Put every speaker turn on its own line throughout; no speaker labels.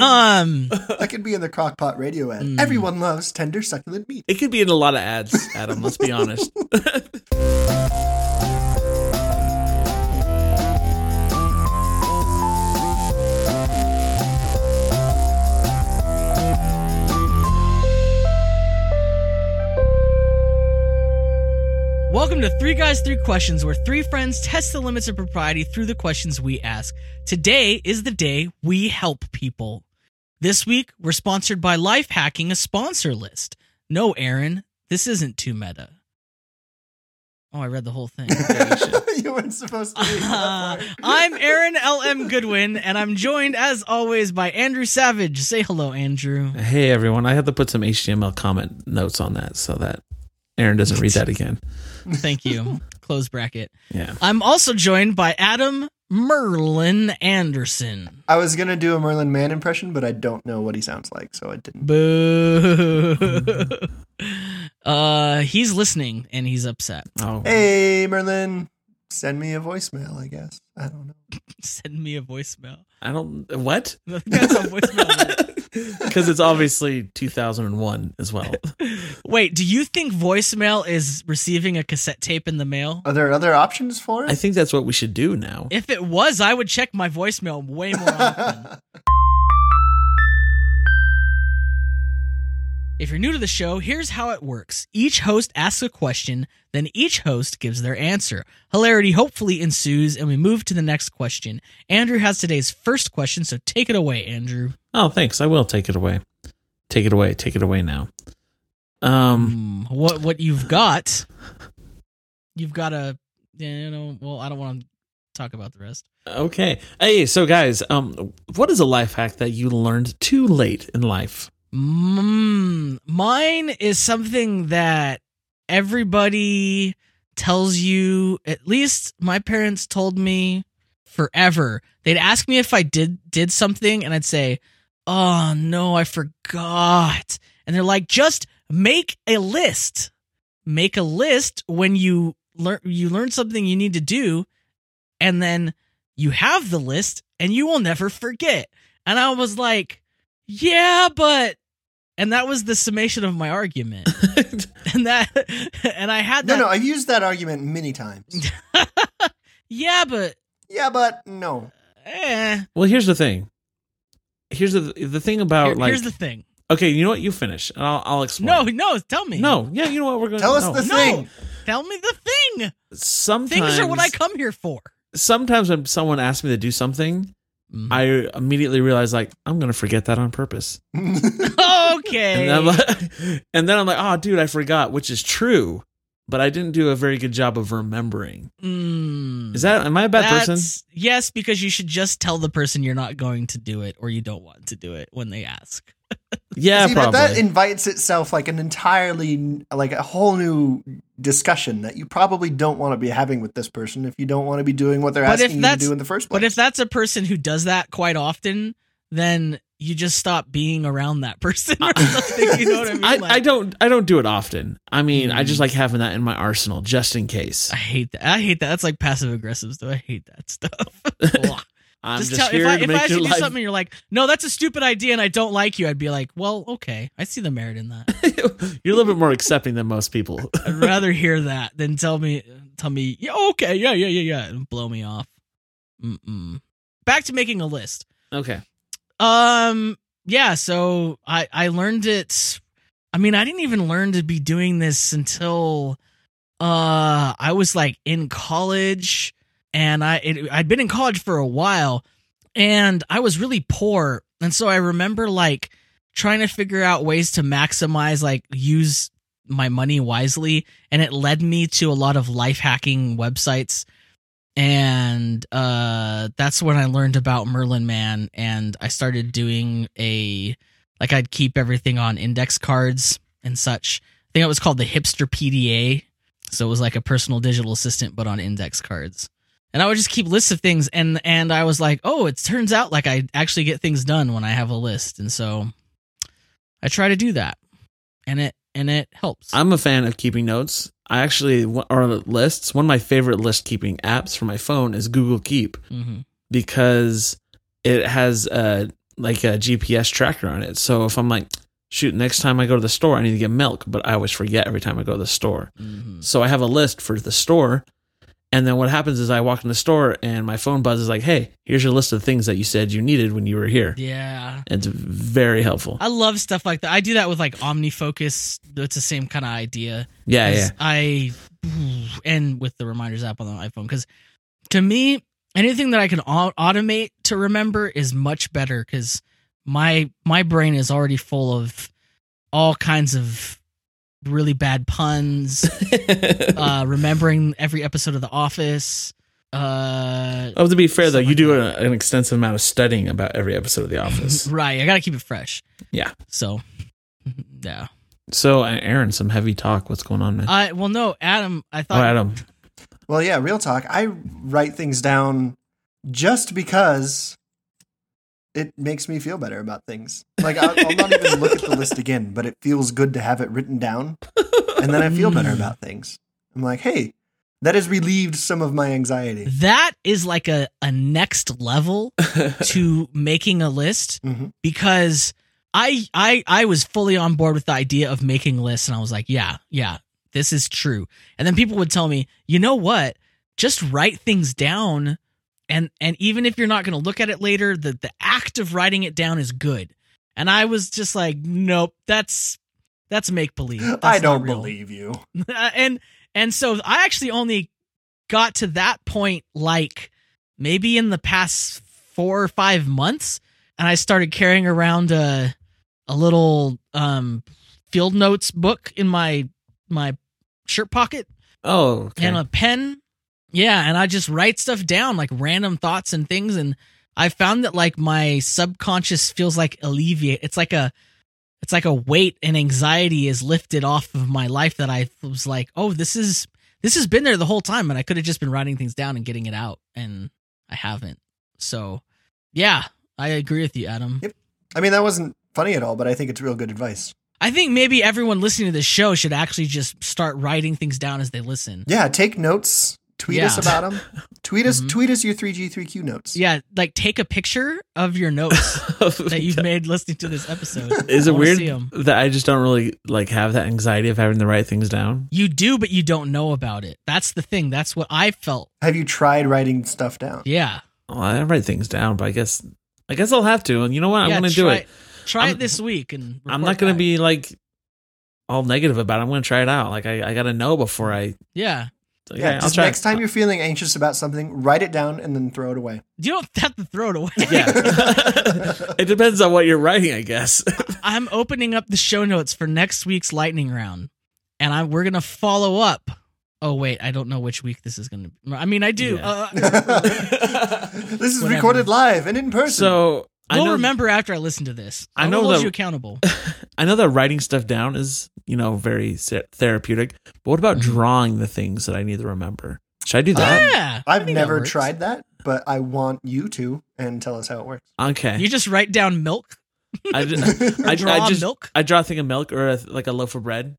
Um,
That could be in the crockpot radio ad.
Hmm.
Everyone loves tender, succulent meat.
It could be in a lot of ads, Adam. Let's be honest.
welcome to Three Guys, Three Questions, where three friends test the limits of propriety through the questions we ask. Today is the day we help people. This week, we're sponsored by Life Hacking, a sponsor list. No, Aaron, this isn't too meta. Oh, I read the whole thing.
you weren't supposed to be.
Uh, I'm Aaron L.M. Goodwin, and I'm joined, as always, by Andrew Savage. Say hello, Andrew.
hey, everyone. I had to put some HTML comment notes on that so that Aaron doesn't read that again.
Thank you. Close bracket.
Yeah.
I'm also joined by Adam Merlin Anderson.
I was gonna do a Merlin Mann impression, but I don't know what he sounds like, so I didn't.
Boo. uh, he's listening and he's upset.
Oh.
Hey Merlin, send me a voicemail. I guess I don't know.
Send me a voicemail.
I don't. What?
That's on voicemail.
Because it's obviously 2001 as well.
Wait, do you think voicemail is receiving a cassette tape in the mail?
Are there other options for
I
it?
think that's what we should do now.
If it was, I would check my voicemail way more often. if you're new to the show, here's how it works each host asks a question, then each host gives their answer. Hilarity hopefully ensues, and we move to the next question. Andrew has today's first question, so take it away, Andrew.
Oh, thanks. I will take it away. Take it away. Take it away now. Um.
Hmm, what what you've got? You've got a you know. Well, I don't want to talk about the rest.
Okay. Hey, so guys, um, what is a life hack that you learned too late in life?
Mm, mine is something that everybody tells you, at least my parents told me forever. They'd ask me if I did did something and I'd say, "Oh no, I forgot." And they're like, "Just make a list. Make a list when you learn you learn something you need to do and then you have the list and you will never forget." And I was like, yeah, but and that was the summation of my argument. and that and I had
No,
that
no, I've used that argument many times.
yeah, but
yeah, but no.
eh.
Well, here's the thing. Here's the the thing about
Here-
Oh, like.
here's the thing.
okay, you know what? You finish, and I'll I'll explain.
No, no, tell me.
No. Yeah, you know what? We're going.
Tell us
no.
the
No.
thing.
Tell me the thing.
Sometimes
Things are what I come here for.
sometimes when someone asks me to do something, I immediately realize like I'm gonna forget that on purpose,
okay.
and, I'm like, and then I'm like, oh, dude, I forgot, which is true, but I didn't do a very good job of remembering.
Mm,
Is that am I a bad
that's-
person?
Yes, because you should just tell the person you're not going to do it or you don't want to do it when they ask.
Yeah,
See, but
probably.
that invites itself like an entirely like a whole new discussion that you probably don't want to be having with this person if you don't want to be doing what they're
But if
asking you to
that's-
do in the first place.
But if that's a person who does that quite often, then you just stop being around that person or something. You know what I mean?
I,
Like- Mm.
I don't I don't do it often. I mean, I just like having that in my arsenal just in case.
I hate that. I hate that. That's like passive aggressive stuff. I hate that stuff. Blah.
I'm just,
just tell if
here
I,
to
if I
make
ask you
your
to do
life.
something, you're like, no, that's a stupid idea, and I don't like you. I'd be like, well, okay, I see the merit in that.
You're a little bit more accepting than most people.
I'd rather hear that than tell me, tell me, yeah, okay, yeah, yeah, yeah, yeah, and blow me off. Mm-mm. Back to making a list.
okay.
Um yeah, so I I learned it I mean, I didn't even learn to be doing this until uh I was like in college and I it, I'd been in college for a while and I was really poor and so I remember like trying to figure out ways to maximize like use my money wisely and it led me to a lot of life hacking websites and uh that's when I learned about Merlin Man and I started doing a like I'd keep everything on index cards and such. I think it was called the Hipster PDA. So it was like a personal digital assistant but on index cards. And I would just keep lists of things and and I was like, "Oh, it turns out like I actually get things done when I have a list." And so I try to do that. And it and it helps.
I'm a fan of keeping notes. I actually are lists. One of my favorite list keeping
Mm-hmm.
apps for my phone is Google Keep
Mhm.
because it has uh like a GPS tracker on it. So if I'm like, shoot, next time I go to the store, I need to get milk, but I always forget every time I go to the store.
Mhm.
So I have a list for the store. And then what happens is I walk in the store and my phone buzzes like, hey, here's your list of things that you said you needed when you were here.
Yeah.
It's very helpful.
I love stuff like that. I do that with like OmniFocus. It's the same kind of idea.
Yeah, yeah.
as I and with the reminders app on the iPhone because to me anything that I can au- automate to remember is much better because my my brain is already full of all kinds of really bad puns. uh, remembering every episode of The Office. Uh,
oh, to be fair though,
something
you do
like
a, an extensive amount of studying about every episode of The Office.
right, I gotta keep it fresh.
Yeah.
So. Yeah.
so, uh, Aaron, some heavy talk. What's going on, man?
I well no, Adam. I
oh,
Uh, thought
Adam.
Well, yeah, real talk. I write things down just because it makes me feel better about things. Like I'll, I'll not even look at the list again, but it feels good to have it written down, and then I feel better
Mm.
about things. I'm like, hey, that has relieved some of my anxiety.
that is like a a next level to making a list
Mhm.
because I I I was fully on board with the idea of making lists and I was like, yeah, yeah, this is true. And then people would tell me, "You know what? Just write things down and and even if you're not going to look at it later, the the act of writing it down is good." And I was just like, "Nope, that's that's make believe.
I don't believe you.
Uh, and and so I actually only got to that point like maybe in the past four or five months, and I started carrying around a a little um field notes book in my my shirt pocket
Oh, okay.
and a pen. Yeah, and I just write stuff down like random thoughts and things and I found that like my subconscious feels like alleviate. It's like a it's like a weight and anxiety is lifted off of my life that I was like, "Oh, this is this has been there the whole time and I could have just been writing things down and getting it out and I haven't." So, yeah, I agree with you, Adam.
Yep. I mean, that wasn't funny at all, but I think it's real good advice.
I think maybe everyone listening to this show should actually just start writing things down as they listen.
Yeah, take notes. Tweet us
Yeah.
about them. Tweet us.
Mhm.
Tweet us your 3G3Q notes.
Yeah, like take a picture of your notes. that you've made listening to this episode.
Is
I
it
wanna
weird
see 'em.
that I just don't really like have that anxiety of having to write things down?
You do, but you don't know about it. That's the thing. That's what I felt.
Have you tried writing stuff down?
Yeah.
Well, I write things down, but I guess I guess I'll have to. And you know what?
yeah
I'm going to do
try-
it.
Try
I'm-
it this week, and report
I'm not going to
back.
be like all negative about it. I'm going to try it out. Like I, I got to know before I.
Yeah.
Like,
Yeah,
I'll
just
try
next
it.
time you're feeling anxious about something, write it down and then throw it away.
You don't have to throw it away.
Yeah. it depends on what you're writing, I guess.
I'm opening up the show notes for next week's lightning round, and I we're gonna follow up. Oh wait, I don't know which week this is gonna. be. I mean, I do.
Yeah.
Uh,
this is
Whatever.
recorded live and in person.
so I
we'll
know,
remember after I listen to this.
I
I
know
will hold
the- Uh-huh.
you accountable.
I know that writing stuff down is, you know, very se- therapeutic. But what about
Mhm.
drawing the things that I need to remember? Should I do that?
yeah. I
I've
think that
never
works.
tried that, but I want you to and tell us how it works.
okay.
You just write down milk.
I, ju- I, ju-
Draw
I just
milk.
I draw a thing of milk or a, like a loaf of bread,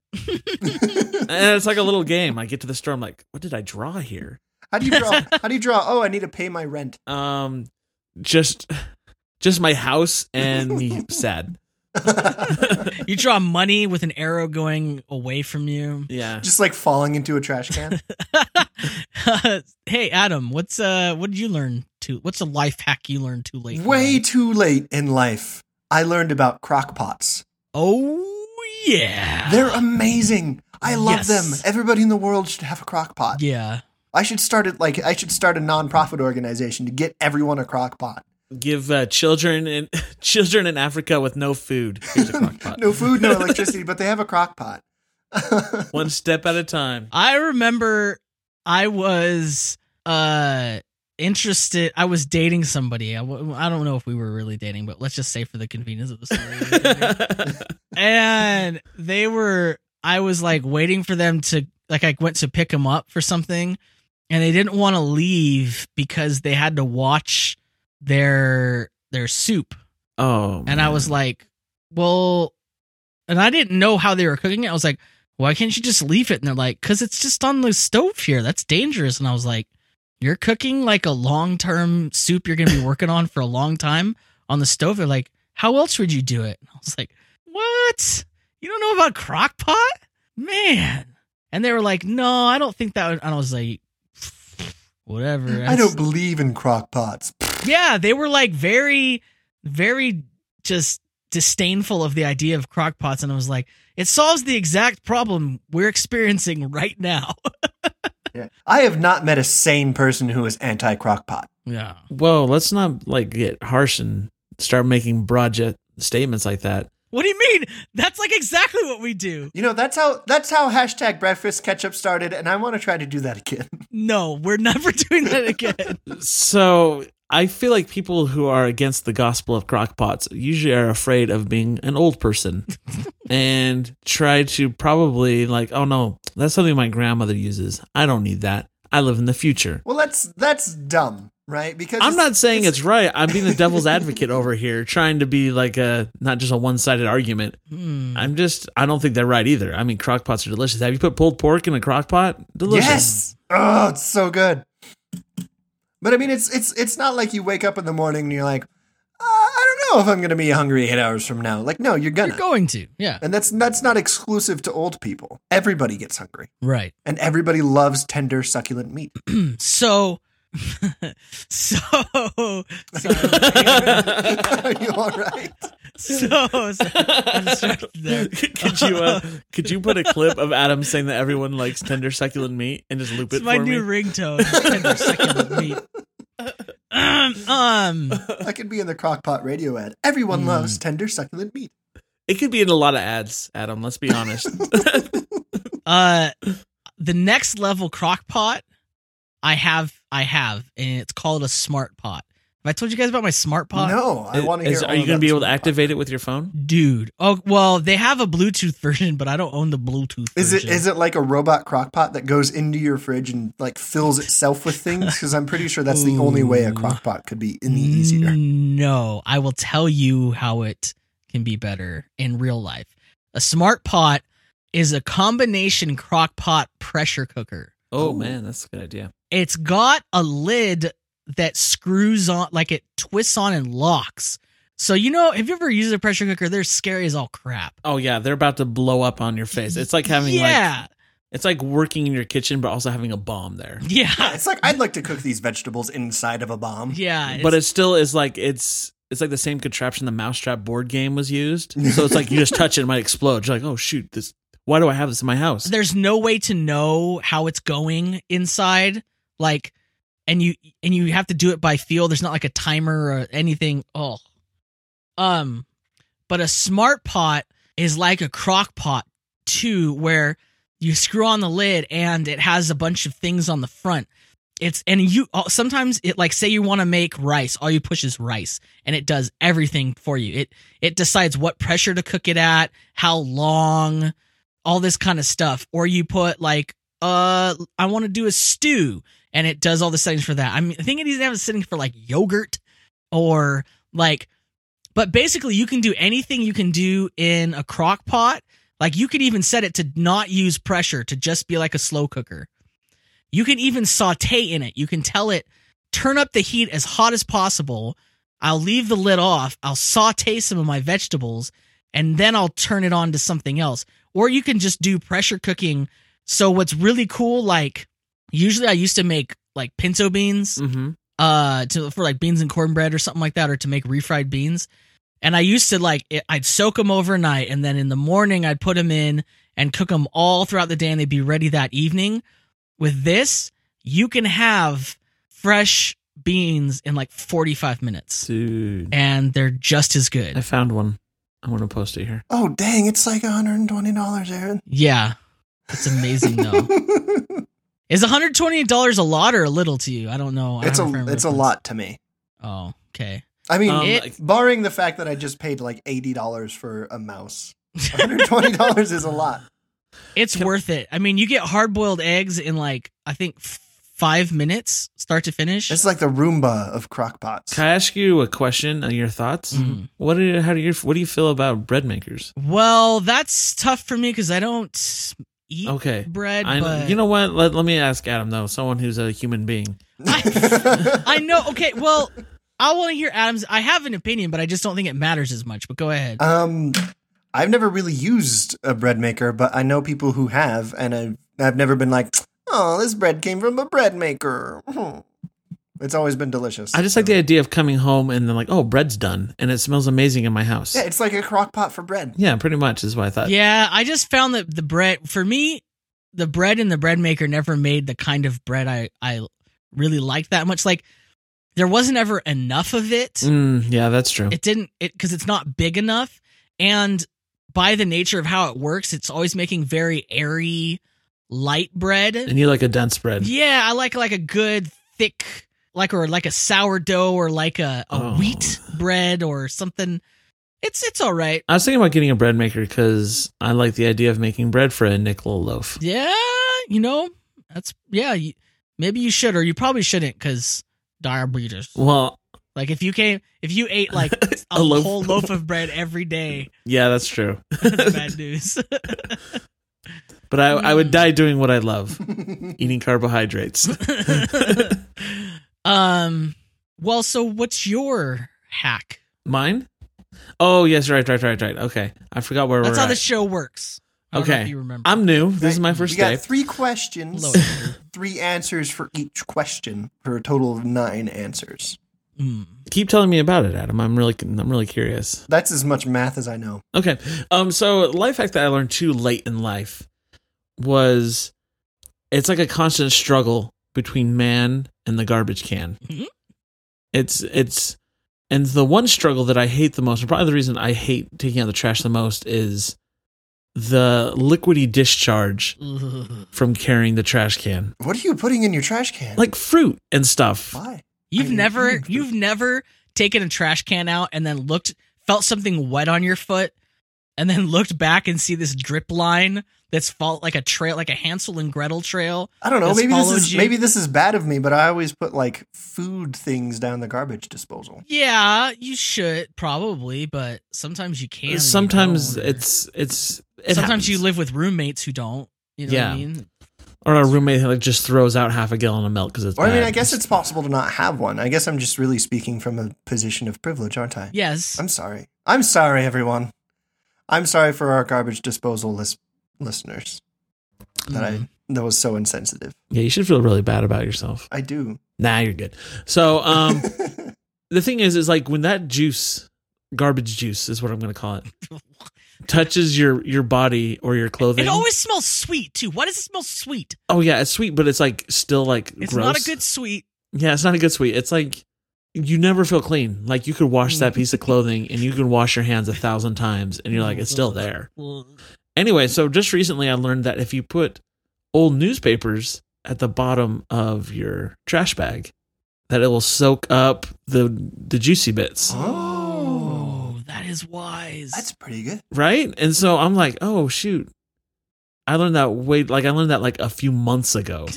and it's like a little game. I get to the store. I'm like, what did I draw here?
how do you draw? How do you draw? Oh, I need to pay my rent.
Um, just just my house and me sad.
You draw money with an arrow going away from you.
Yeah.
Just like falling into a trash can.
hey Adam, what's uh what did you learn to what's a life hack you learned too late? in
Way
life?
too late in life, I learned about crock pots.
Oh yeah.
They're amazing. I
Yes.
love them. Everybody in the world should have a crock pot.
yeah.
I should start it like I should start a nonprofit organization to get everyone a crock pot.
Give uh, children in children in Africa with no food. Here's a crock pot.
No food, no electricity, but they have a crock pot.
One step at a time.
I remember I was uh interested I was dating somebody. I, w- I don't know if we were really dating, but let's just say for the convenience of the story. we were dating.
Oh,
and they were i was like waiting for them to like i went to pick them up for something and they didn't want to leave because they had to watch their their soup
oh.
and i was like well and i didn't know how they were cooking it i was like why can't you just leave it and they're like because it's just on the stove here that's dangerous and i was like you're cooking like a long-term soup you're gonna be working on for a long time on the stove. They're like, "How else would you do it?" And I was like, "What? You don't know about crock pot, man?" And they were like, "No, I don't think that." Would, and I was like, "Whatever."
I
that's-
don't believe in crock pots.
yeah, they were like very, very just disdainful of the idea of crockpots, and I was like, it solves the exact problem we're experiencing right now.
Yeah. I have not met a sane person who is anti crock pot.
Yeah,
Whoa, let's not like get harsh and start making broad jet statements like that.
what do you mean? That's like exactly what we do.
You know, that's how that's how hashtag breakfast ketchup started, and I want to try to do that again.
No, we're never doing that again.
So I feel like people who are against the gospel of crockpots usually are afraid of being an old person and try to probably like, oh no, that's something my grandmother uses. I don't need that. I live in the future.
Well, that's that's dumb, right? Because
I'm
it's-
not saying it's right. I'm being the devil's advocate over here, trying to be like a not just a one sided argument.
Hmm.
I'm just I don't think they're right either. I mean, crock pots are delicious. Have you put pulled pork in a crock pot? Delicious.
Yes. Oh, it's so good. But I mean, it's it's it's not like you wake up in the morning and you're like, uh, I don't know if I'm gonna be hungry eight hours from now. Like, no, you're gonna.
You're going to, yeah,
and that's that's not exclusive to old people. Everybody gets hungry,
right.
and everybody loves tender, succulent meat.
Hmm. So, so, sorry,
Are you all right?
so, so I'm distracted there.
could you uh, could you put a clip of Adam saying that everyone likes tender succulent meat and just loop
It's
it
my
for
new
me?
ringtone. Tender succulent meat. Um, um,
I could be in the crockpot radio ad. Everyone
Mm.
loves tender, succulent meat.
It could be in a lot of ads, Adam. Let's be honest.
uh, the next level crock pot, I have, I have, and it's called a smart pot. Have I told you guys about my smart pot?
no, I want to hear.
Is-
all
Are you going
about
to be able to
this crockpot.
activate it with your phone?
Dude. Oh, well, they have a Bluetooth version, but I don't own the Bluetooth
Is it
version.
is it like a robot crockpot that goes into your fridge and like fills itself with things? Because I'm pretty sure that's the only way a
Ooh.
crockpot could be any
Mm.
easier.
No, I will tell you how it can be better in real life. A smart pot is a combination crock pot pressure cooker.
Oh
Ooh.
man, that's a good idea.
It's got a lid that screws on, like it twists on and locks. So, you know, have you ever used a pressure cooker? They're scary as all crap.
Oh yeah, they're about to blow up on your face. It's like having like
yeah.
it's like working in your kitchen but also having a bomb there.
Yeah,
yeah.
Ah, it's like I'd like to cook these vegetables inside of a bomb.
Yeah.
but it still is like it's it's like the same contraption the mousetrap board game was used. So it's like you just touch it, it might explode. You're like, oh shoot, this why do I have this in my house?
there's no way to know how it's going inside like and you and you have to do it by feel there's not like a timer or anything oh um but a smart pot is like a crock pot too where you screw on the lid and it has a bunch of things on the front it's and you oh, sometimes it like say you want to make rice all you push is rice and it does everything for you it it decides what pressure to cook it at how long all this kind of stuff or you put like uh i want to do a stew and it does all the settings for that i mean i think it even has a setting for like yogurt or like but basically you can do anything you can do in a crock pot like you could even set it to not use pressure to just be like a slow cooker you can even saute in it you can tell it turn up the heat as hot as possible i'll leave the lid off i'll saute some of my vegetables and then i'll turn it on to something else or you can just do pressure cooking. So what's really cool, like usually I used to make like pinto beans,
Mm-hmm.
uh, to for like beans and cornbread or something like that, or to make refried beans. And I used to like it, I'd soak them overnight, and then in the morning I'd put them in and cook them all throughout the day, and they'd be ready that evening. With this, you can have fresh beans in like 45 minutes,
Dude.
and they're just as good.
I found one. I'm gonna post it here.
Oh dang, it's like 120 dollars, Aaron.
Yeah, it's amazing though. Is one hundred twenty dollars a lot or a little to you? I don't know. I
it's
haven't framed
a it's a
reference.
lot to me.
Oh, okay.
I mean,
Um,
It-
barring the fact that I just paid like 80 dollars for a mouse, 120 dollars is a lot.
It's
Can-
worth it. I mean, you get hard boiled eggs in like I think f- five minutes, start to finish.
It's like the Roomba of crockpots.
Can I ask you a question and your thoughts?
Mhm.
What do you, how do you what do you feel about bread makers?
well, that's tough for me because I don't eat
Okay.
bread.
I,
but
you know what? Let, let me ask Adam though, someone who's a human being.
I know. Okay, well, I want to hear Adams. I have an opinion, but I just don't think it matters as much. But go ahead.
Um, I've never really used a bread maker, but I know people who have, and I've, I've never been like, oh, this bread came from a bread maker. Mhm." It's always been delicious.
I just like the idea of coming home and then like, oh, bread's done, and it smells amazing in my house.
Yeah, it's like a crock pot for bread.
Yeah, pretty much is what I thought.
yeah, I just found that the bread for me, the bread and the bread maker never made the kind of bread I I really liked that much. Like there wasn't ever enough of it.
Mm, yeah, that's true.
It didn't it because it's not big enough, and by the nature of how it works, it's always making very airy, light bread.
and you like a dense bread.
Yeah, I like like a good thick like or like a sourdough or like a, a
Oh.
wheat bread or something. It's it's all right.
I was thinking about getting a bread maker because I like the idea of making bread for a nickel loaf.
Yeah, you know that's yeah. You, maybe you should or you probably shouldn't because diabetes.
Well,
Like if you came if you ate like a,
A loaf.
whole loaf of bread every day,
yeah, that's true.
that's bad news.
But I, I
Mm.
would die doing what I love, eating carbohydrates.
um. Well, so what's your hack?
Mine? Oh, yes, right, right, right, right. Okay. I forgot where
That's
we're
how the
at.
show works. I don't know
Okay.
if you remember.
I'm new. This is my first
We got
day.
three questions,
Lower.
three answers for each question, for a total of nine answers.
Mm.
Keep telling me about it, Adam. I'm really I'm really curious.
That's as much math as I know.
Okay. Um. So life hack that I learned too late in life was it's like a constant struggle between man and the garbage can.
Mm-hmm.
Mhm.
It's it's and the one struggle that I hate the most, and probably the reason I hate taking out the trash the most, is the liquidy discharge
Ugh.
from carrying the trash can,
What are you putting in your trash can?
like fruit and stuff.
why?
You've
I mean,
never
you-
you've never taken a trash can out and then looked felt something wet on your foot and then looked back and see this drip line that's fault like a trail like a Hansel and Gretel trail.
I don't know.
That's
Maybe this
followed
is
you?
maybe this is bad of me, but I always put like food things down the garbage disposal.
Yeah, you should probably, but sometimes you can. and you
Sometimes
don't, or-
it's it's it
sometimes you
happens.
live with roommates who don't. You know what I
Yeah.
mean?
or a roommate like just throws out half a gallon of milk because it's.
Or I mean,
bad.
I guess it's possible to not have one. I guess I'm just really speaking from a position of privilege, aren't I?
Yes.
I'm sorry. I'm sorry, everyone. I'm sorry for our garbage disposal list listeners that I
Mm-hmm.
that was so insensitive.
Yeah, you should feel really bad about yourself.
I do.
Nah, you're good. So, um, the thing is, is like when that juice, garbage juice, is what I'm gonna call it, Mm. touches your your body or your clothing.
It always smells sweet too. Why does it smell sweet?
oh yeah, it's sweet, but it's like still like
It's
gross.
not a good sweet.
Yeah, it's not a good sweet. It's like you never feel clean. Like you could wash
Mm.
that piece of clothing and you can wash your hands a thousand times, and you're like,
Mm.
it's still there.
Ugh.
Anyway, so just recently I learned that if you put old newspapers at the bottom of your trash bag, that it will soak up the the juicy bits,
Oh, that is wise.
That's pretty good.
right? And so I'm like, oh shoot. I learned that way like I learned that like a few months ago.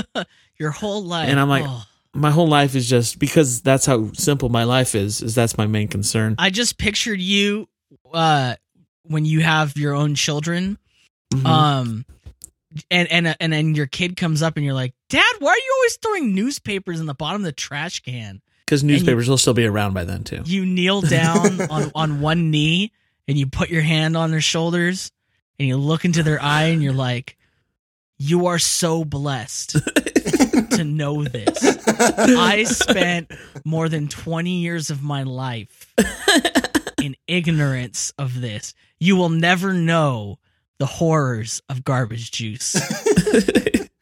your whole life.
And I'm like-
oh.
my whole life is just because that's how simple my life is, is that's my main concern.
I just pictured you uh when you have your own children.
Mhm.
Um and and and then your kid comes up and you're like, "Dad, why are you always throwing newspapers in the bottom of the trash can?"
Because newspapers will still be around by then too.
You kneel down on on one knee and you put your hand on their shoulders and you look into their eye and you're like, "You are so blessed to know this." I spent more than 20 years of my life in ignorance of this. You will never know the horrors of garbage juice.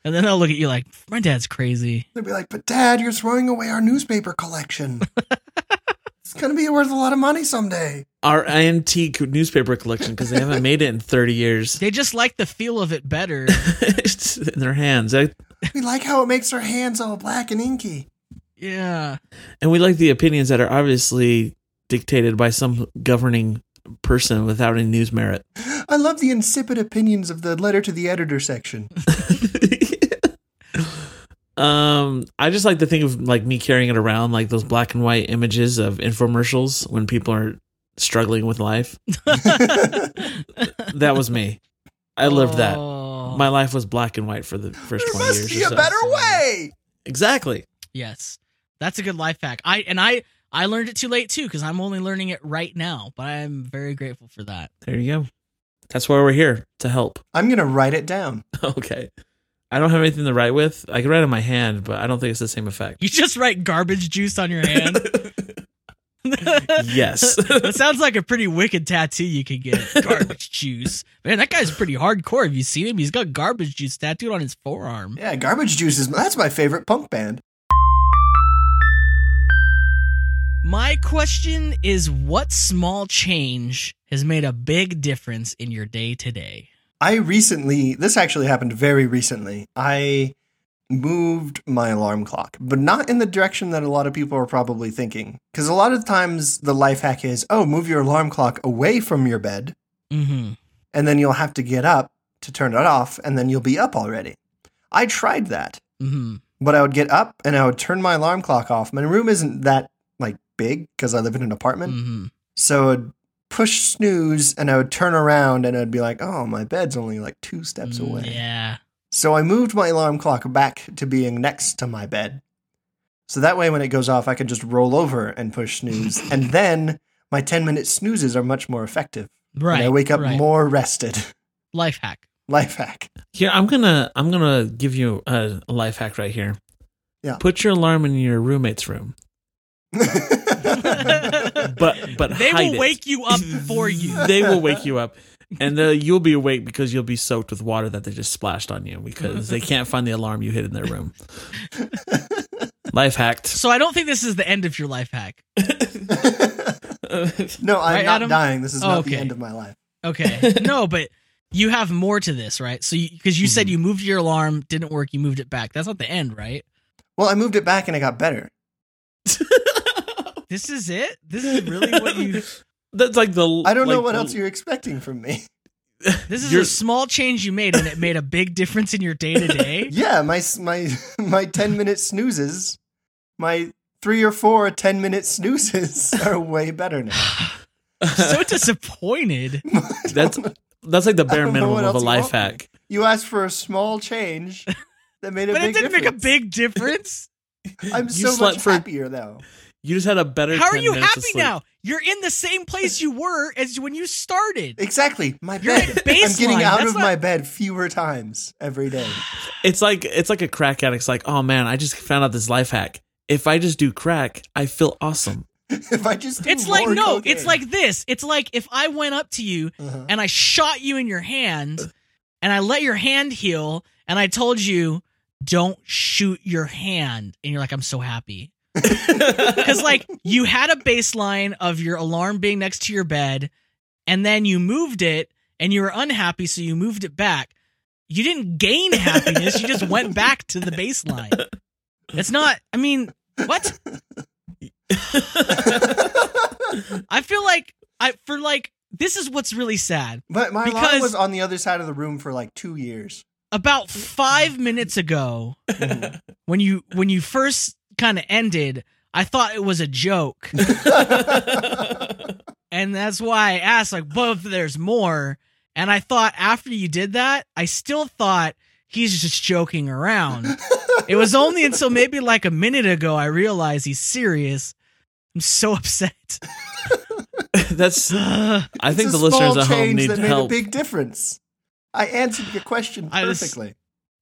and then they'll look at you like, my dad's crazy.
They'd be like, "But Dad, you're throwing away our newspaper collection. it's gonna be worth a lot of money someday."
Our antique newspaper collection, because they haven't made it in thirty years.
They just like the feel of it better.
It's in their hands. I-
We like how it makes our hands all black and inky.
yeah.
And we like the opinions that are obviously dictated by some governing person without any news merit.
I love the insipid opinions of the letter to the editor section.
um, I just like to think of like me carrying it around, like those black and white images of infomercials when people are struggling with life. That was me. I lived that.
Oh.
My life was black and white for the first
there
twenty
must
years.
be
or
a
so.
better way.
Exactly.
yes. That's a good life hack. I and I I learned it too late too because I'm only learning it right now. But I'm very grateful for that.
There you go. That's why we're here to help.
I'm gonna write it down.
okay. I don't have anything to write with. I can write in my hand, but I don't think it's the same effect.
You just write garbage juice on your hand.
yes.
that sounds like a pretty wicked tattoo you could get. Garbage juice. Man, that guy's pretty hardcore. Have you seen him? He's got garbage juice tattooed on his forearm.
Yeah, Garbage Juice is that's my favorite punk band.
My question is what small change has made a big difference in your day to day?
I recently, this actually happened very recently. I moved my alarm clock, but not in the direction that a lot of people are probably thinking. Because a lot of times the life hack is, oh, move your alarm clock away from your bed,
Mm-hmm.
and then you'll have to get up to turn it off, and then you'll be up already. I tried that,
Mm-hmm.
but I would get up and I would turn my alarm clock off. My room isn't that like big because I live in an apartment.
Mm-hmm.
So I'd push snooze and I would turn around and I'd be like, oh, my bed's only like two steps away.
Mm-hmm. Mm, Yeah.
So I moved my alarm clock back to being next to my bed. So that way, when it goes off, I can just roll over and push snooze. and then my 10 minute snoozes are much more effective.
Right.
And I wake up
right.
more rested.
Life hack.
Life hack.
Here, I'm gonna I'm gonna give you a, a life hack right here.
Yeah.
Put your alarm in your roommate's room, but but
they
hide
will
it.
wake you up for you.
they will wake you up, and uh, you'll be awake because you'll be soaked with water that they just splashed on you because they can't find the alarm you hid in their room. life hacked.
So I don't think this is the end of your life hack.
no, I'm
Right,
not
Adam?
dying. This is not
Okay.
the end of my life.
Okay. no, but you have more to this, right? So because you,
Mm-hmm.
said you moved your alarm, didn't work, you moved it back. That's not the end, right?
Well, I moved it back and it got better.
This is it. This is really what you.
That's like the.
I don't know
like
what
the-
else you're expecting from me.
This is
You're-
a small change you made, and it made a big difference in your day to day.
Yeah, my s- my my 10 minute snoozes, my 3 or 4 10 minute snoozes are way better now.
So disappointed.
that's that's like the
I
bare
don't know
minimum
what
of a
else you
life
want from
hack.
You asked for a small change that made a
but it
big
didn't make a
difference.
big difference.
I'm
You
so
slept
much
for-
happier now.
You just had a better.
How are
10
you
minutes of
happy
sleep.
now? You're in the same place you were as when you started.
Exactly, my
You're
bed.
at
I'm
baseline.
getting out
That's
of
not-
my bed fewer times every day.
It's like it's like a crack addict's like, oh man, I just found out this life hack. If I just do crack, I feel awesome.
if I just do
It's like
more
no,
cocaine.
it's like this. It's like if I went up to you
Uh-huh.
and I shot you in your hand and I let your hand heal and I told you don't shoot your hand and you're like I'm so happy. Cuz like you had a baseline of your alarm being next to your bed and then you moved it and you were unhappy so you moved it back. You didn't gain happiness, you just went back to the baseline. It's not I mean, what? I feel like I for like this is what's really sad.
But my alarm
Because-
was on the other side of the room for like two years.
about five minutes ago
Mhm.
when you when you first kind of ended i thought it was a joke and that's why i asked like but if there's more and i thought after you did that i still thought he's just joking around it was only until maybe like a minute ago i realized he's serious i'm so upset
that's
Ugh.
I think
it's
the
a small
listeners at home
change
need
that made
help.
a big difference. I answered your question
I was-
perfectly.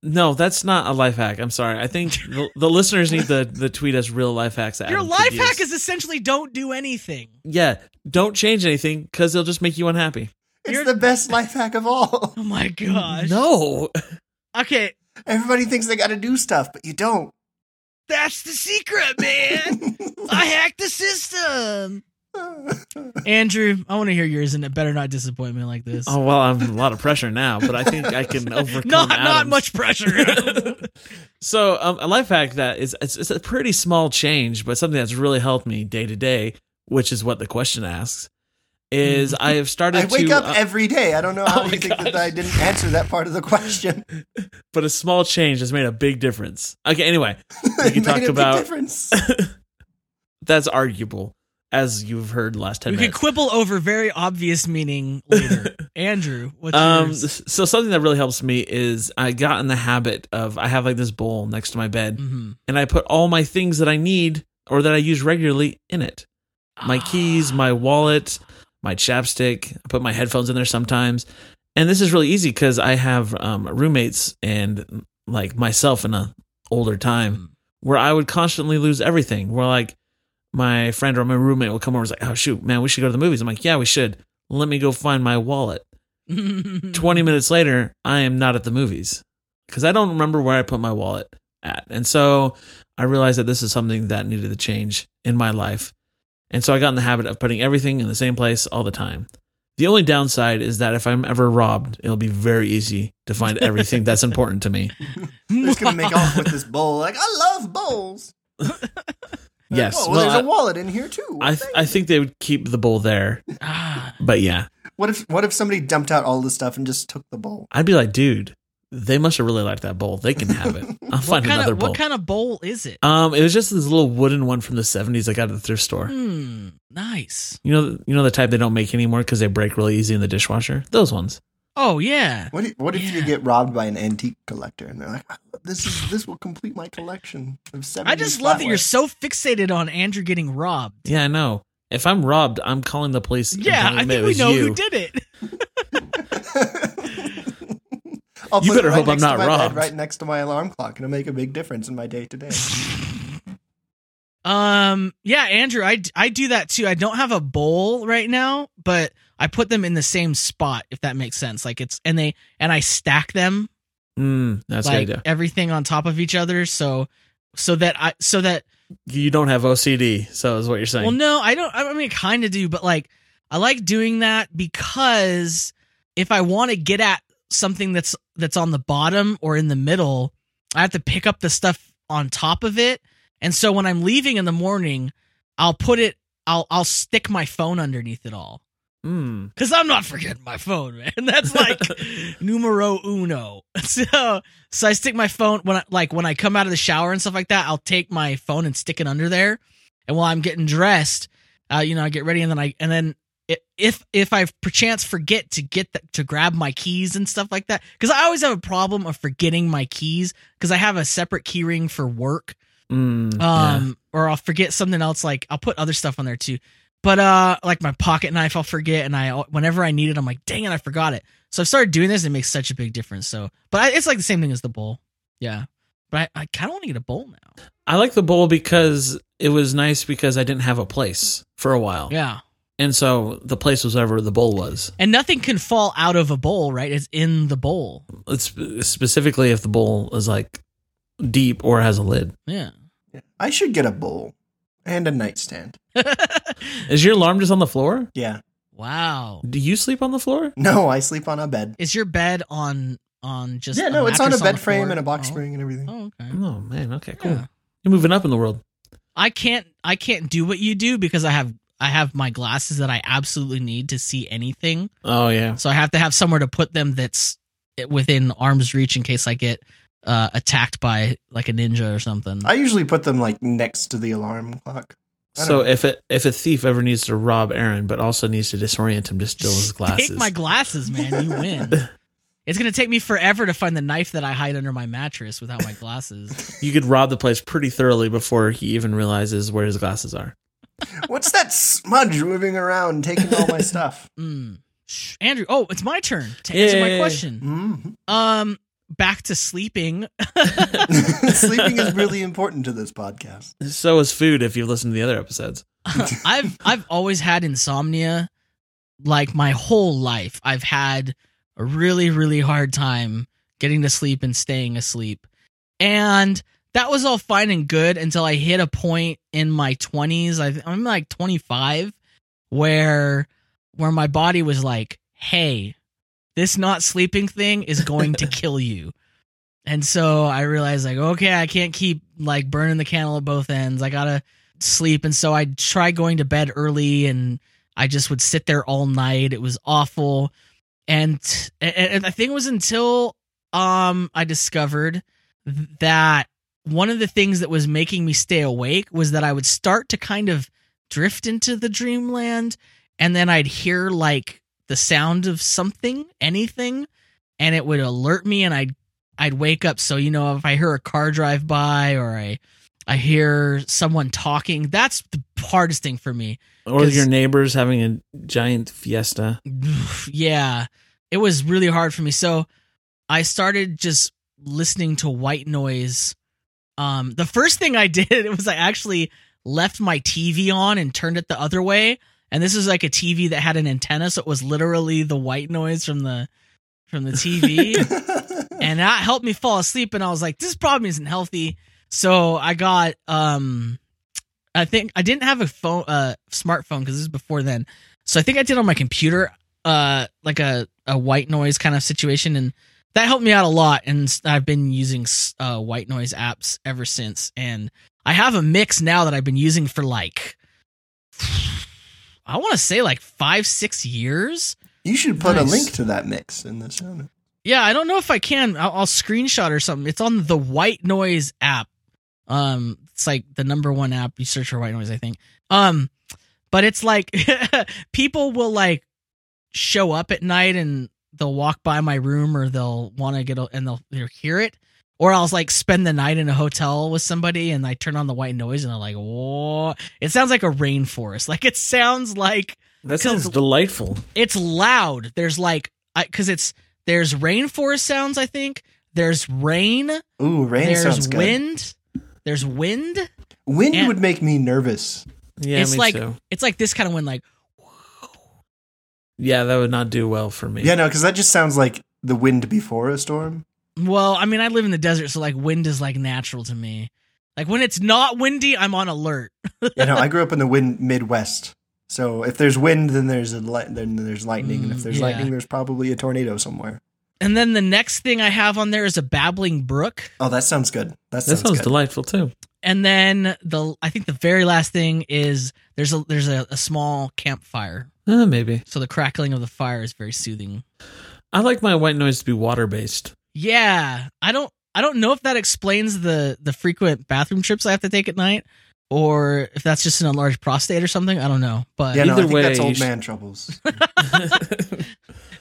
no, that's not a life hack. I'm sorry. I think the, the listeners need the the tweet us real life hacks. that
your
Adam
life
could
hack is
use.
essentially don't do anything
yeah. Don't change anything because they'll just make you unhappy.
It's
You're-
the best life hack of all.
oh my gosh
No,
okay
Everybody thinks they got to do stuff, but you don't.
that's the secret man I hacked the system.
I
Andrew, I want to hear yours, and it better not disappoint me like this.
Oh well, I'm a lot of pressure now, but I think I can overcome.
not not
Adam's.
much pressure.
so um, a life hack that is it's, it's a pretty small change, but something that's really helped me day to day, which is what the question asks, is I have started
Mm-hmm. wake
to,
up
uh,
every day. I don't know how
Oh my
you think that
gosh.
I didn't answer that part of the question.
but a small change has made a big difference. Okay, anyway,
it made
can talk
a big
about-
difference.
that's arguable, as you've heard last ten
we could
minutes.
quibble over very obvious meaning later. Andrew, what's
Um,
yours?
s- so something that really helps me is I got in the habit of I have like this bowl next to my bed,
Mhm.
and I put all my things that I need or that I use regularly in it. My keys, my wallet, my chapstick. I put my headphones in there sometimes. And this is really easy because I have um, roommates and like myself in a older
Um,
time where I would constantly lose everything. Where like my friend or my roommate will come over and is like, oh shoot, man, we should go to the movies. I'm like, yeah, we should. Let me go find my wallet.
Mm-hmm.
20 minutes later, I am not at the movies because I don't remember where I put my wallet at. And so I realized that this is something that needed to change in my life. And so I got in the habit of putting everything in the same place all the time. The only downside is that if I'm ever robbed, it'll be very easy to find everything that's important to me.
They're just gonna make off with this bowl. Like I love bowls. Like,
Yes.
oh,
"Whoa,
well,
there's a
I-
wallet in here too.
I, th- I think they would keep the bowl there.
Ah,
But yeah,
what if what if somebody dumped out all the stuff and just took the bowl?
I'd be like, dude, they must have really liked that bowl. They can have it. I'll
what
find
kind
another
of
bowl.
what kind of bowl is it?
um, it was just this little wooden one from the '70s I got at the thrift store.
Hmm. Nice.
You know, you know the type they don't make anymore because they break really easy in the dishwasher. Those ones.
Oh yeah.
What if, what if you
Yeah.
get robbed by an antique collector and they're like, "Ah, this is this will complete my collection of seven.
I just love that you're so fixated on Andrew getting robbed.
Yeah, I know. If I'm robbed, I'm calling the police. and
Yeah,
telling
I
them it
think we
was
know
you.
who did it.
I'll
You
put it
better hope I'm
next to
not
my bed,
robbed.
right next to my alarm clock, and it'll make a big difference in my day to day.
Um, yeah, Andrew, I, d- I do that too. I don't have a bowl right now, but I put them in the same spot, if that makes sense. Like it's, and they, and I stack them
Mm, that's a
like
good idea.
everything on top of each other. So, so that I, so that,
You don't have OCD, so is what you're saying.
well, no, I don't, I mean, kind of do, but like, I like doing that because if I want to get at something that's, that's on the bottom or in the middle, I have to pick up the stuff on top of it. And so when I'm leaving in the morning, I'll put it I'll I'll stick my phone underneath it all.
Mm.
Cause I'm not forgetting my phone, man. That's like numero uno. So so I stick my phone when I like when I come out of the shower and stuff like that, I'll take my phone and stick it under there. And while I'm getting dressed, uh, you know, I get ready and then I and then i- if if I perchance forget to get the, to grab my keys and stuff like that, because I always have a problem of forgetting my keys because I have a separate key ring for work
Mm, yeah.
um or i'll forget something else like i'll put other stuff on there too but uh like my pocket knife i'll forget and i whenever i need it i'm like dang it i forgot it so i've started doing this and it makes such a big difference so but I, it's like the same thing as the bowl yeah but i, I kind of want to get a bowl now
I like the bowl because it was nice because I didn't have a place for a while.
yeah
And so the place was wherever the bowl was.
and nothing can fall out of a bowl right it's in the bowl
It's specifically if the bowl is like deep or has a lid.
yeah
I should get a bowl and a nightstand.
Is your alarm just on the floor?
Yeah.
wow
Do you sleep on the floor?
No, I sleep on a bed.
is your bed on on just
yeah, no, it's on a
mattress
bed
the
frame
floor?
and a box
Oh.
spring and everything.
oh okay
Oh man, okay, cool.
Yeah.
You're moving up in the world.
I can't I can't do what you do because I have I have my glasses that I absolutely need to see anything.
Oh yeah.
So I have to have somewhere to put them that's within arm's reach in case I get uh, attacked by like a ninja or something.
I usually put them like next to the alarm clock. I don't
So
know.
if it, if a thief ever needs to rob Aaron, but also needs to disorient him, just steal his glasses.
Take my glasses, man. You win. it's gonna take me forever to find the knife that I hide under my mattress without my glasses.
you could rob the place pretty thoroughly before he even realizes where his glasses are.
What's that smudge moving around, taking all my stuff?
Mm. Shh. Andrew, oh, it's my turn to answer my
Yay.
question.
Mhm.
Um, back to sleeping.
Sleeping is really important to this podcast.
So is food if you've listened to the other episodes.
I've I've always had insomnia like my whole life. I've had a really really hard time getting to sleep and staying asleep. And that was all fine and good until I hit a point in my 20s. I I'm like 25 where where my body was like, "Hey, this not sleeping thing is going to kill you." And so I realized like, okay, I can't keep like burning the candle at both ends. I got to sleep and so i'd try going to bed early and i just would sit there all night it was awful and and, and i think it was until um i discovered that one of the things that was making me stay awake was that i would start to kind of drift into the dreamland and then i'd hear like the sound of something anything and it would alert me and i'd i'd wake up so you know if i hear a car drive by or i I hear someone talking. That's the hardest thing for me.
Or
'Cause-
your neighbors having a giant fiesta.
yeah, it was really hard for me. So I started just listening to white noise. Um, the first thing I did it was I actually left my TV on and turned it the other way. And this is like a TV that had an antenna, so it was literally the white noise from the from the TV. and that helped me fall asleep and i was like this problem isn't healthy so i got um i think i didn't have a phone uh smartphone because this is before then so i think i did on my computer uh like a a white noise kind of situation and that helped me out a lot and i've been using uh white noise apps ever since and i have a mix now that i've been using for like i want to say like five six years
you should put
Nice.
a link to that mix in the show notes.
yeah, I don't know if I can. I'll, I'll screenshot or something. It's on the White Noise app. Um, it's like the number one app. You search for White Noise, I think. Um, but it's like people will like show up at night and they'll walk by my room or they'll want to get a, and they'll, they'll hear it. Or I'll like spend the night in a hotel with somebody and I turn on the white noise and I'm like, whoa! It sounds like a rainforest. Like it sounds like
That
'Cause-
sounds delightful.
it's loud. There's like I because it's there's rainforest sounds. I think there's rain.
Ooh, rain sounds
there's
good.
wind. There's wind.
Wind
and-
would make me nervous.
Yeah,
it's
me
like
too.
it's like this kind of wind. Like
Yeah, that would not do well for me.
Yeah, no, because that just sounds like the wind before a storm.
well, I mean, I live in the desert, so like wind is like natural to me. Like when it's not windy, I'm on alert.
You know, I grew up in the wind Midwest, so if there's wind, then there's a li- then there's lightning, and
Mm,
if there's
yeah.
lightning, there's probably a tornado somewhere.
And then the next thing I have on there is a babbling brook.
Oh, that sounds good. That
that
sounds,
sounds
good.
delightful too.
And then the I think the very last thing is there's a there's a, a small campfire.
Uh, maybe.
So the crackling of the fire is very soothing.
I like my white noise to be water based.
Yeah, I don't I don't know if that explains the the frequent bathroom trips I have to take at night or if that's just an enlarged prostate or something. I don't know. But
yeah, no, I
Either
think
way,
that's
you
old
sh-
man troubles.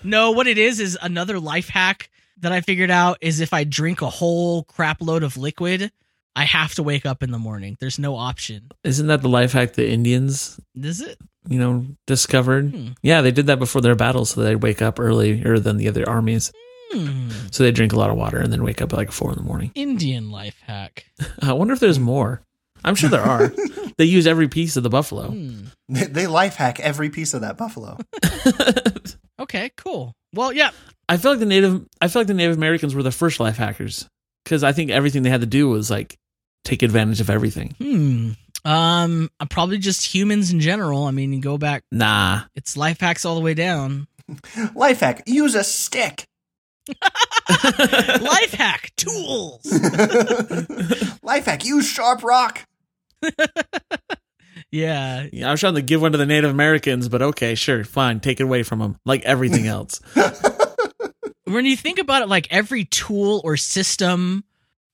no, what it is is another life hack that I figured out is if I drink a whole crap load of liquid, I have to wake up in the morning. There's no option.
Isn't that the life hack the Indians,
Is it?
you know, discovered?
Hmm.
Yeah, they did that before their battles, so they'd wake up earlier than the other armies.
Hmm.
So they drink a lot of water and then wake up at like four in the morning. Uh,
Indian life hack.
I wonder if there's more. I'm sure there are. they use every piece of the
Oh.
buffalo.
Hmm.
they, they life hack every piece of that buffalo.
Okay, cool. Well, yeah.
I feel like the native. I feel like the Native Americans were the first life hackers because I think everything they had to do was like take advantage of everything.
Hmm. Um, probably just humans in general. I mean, you go back,
Nah,
it's life hacks all the way down.
Life hack: use a stick.
life hack tools.
Life hack: use sharp rock.
Yeah.
Yeah, I was trying to give one to the Native Americans, but okay, sure, fine, take it away from them, like everything else.
When you think about it, like every tool or system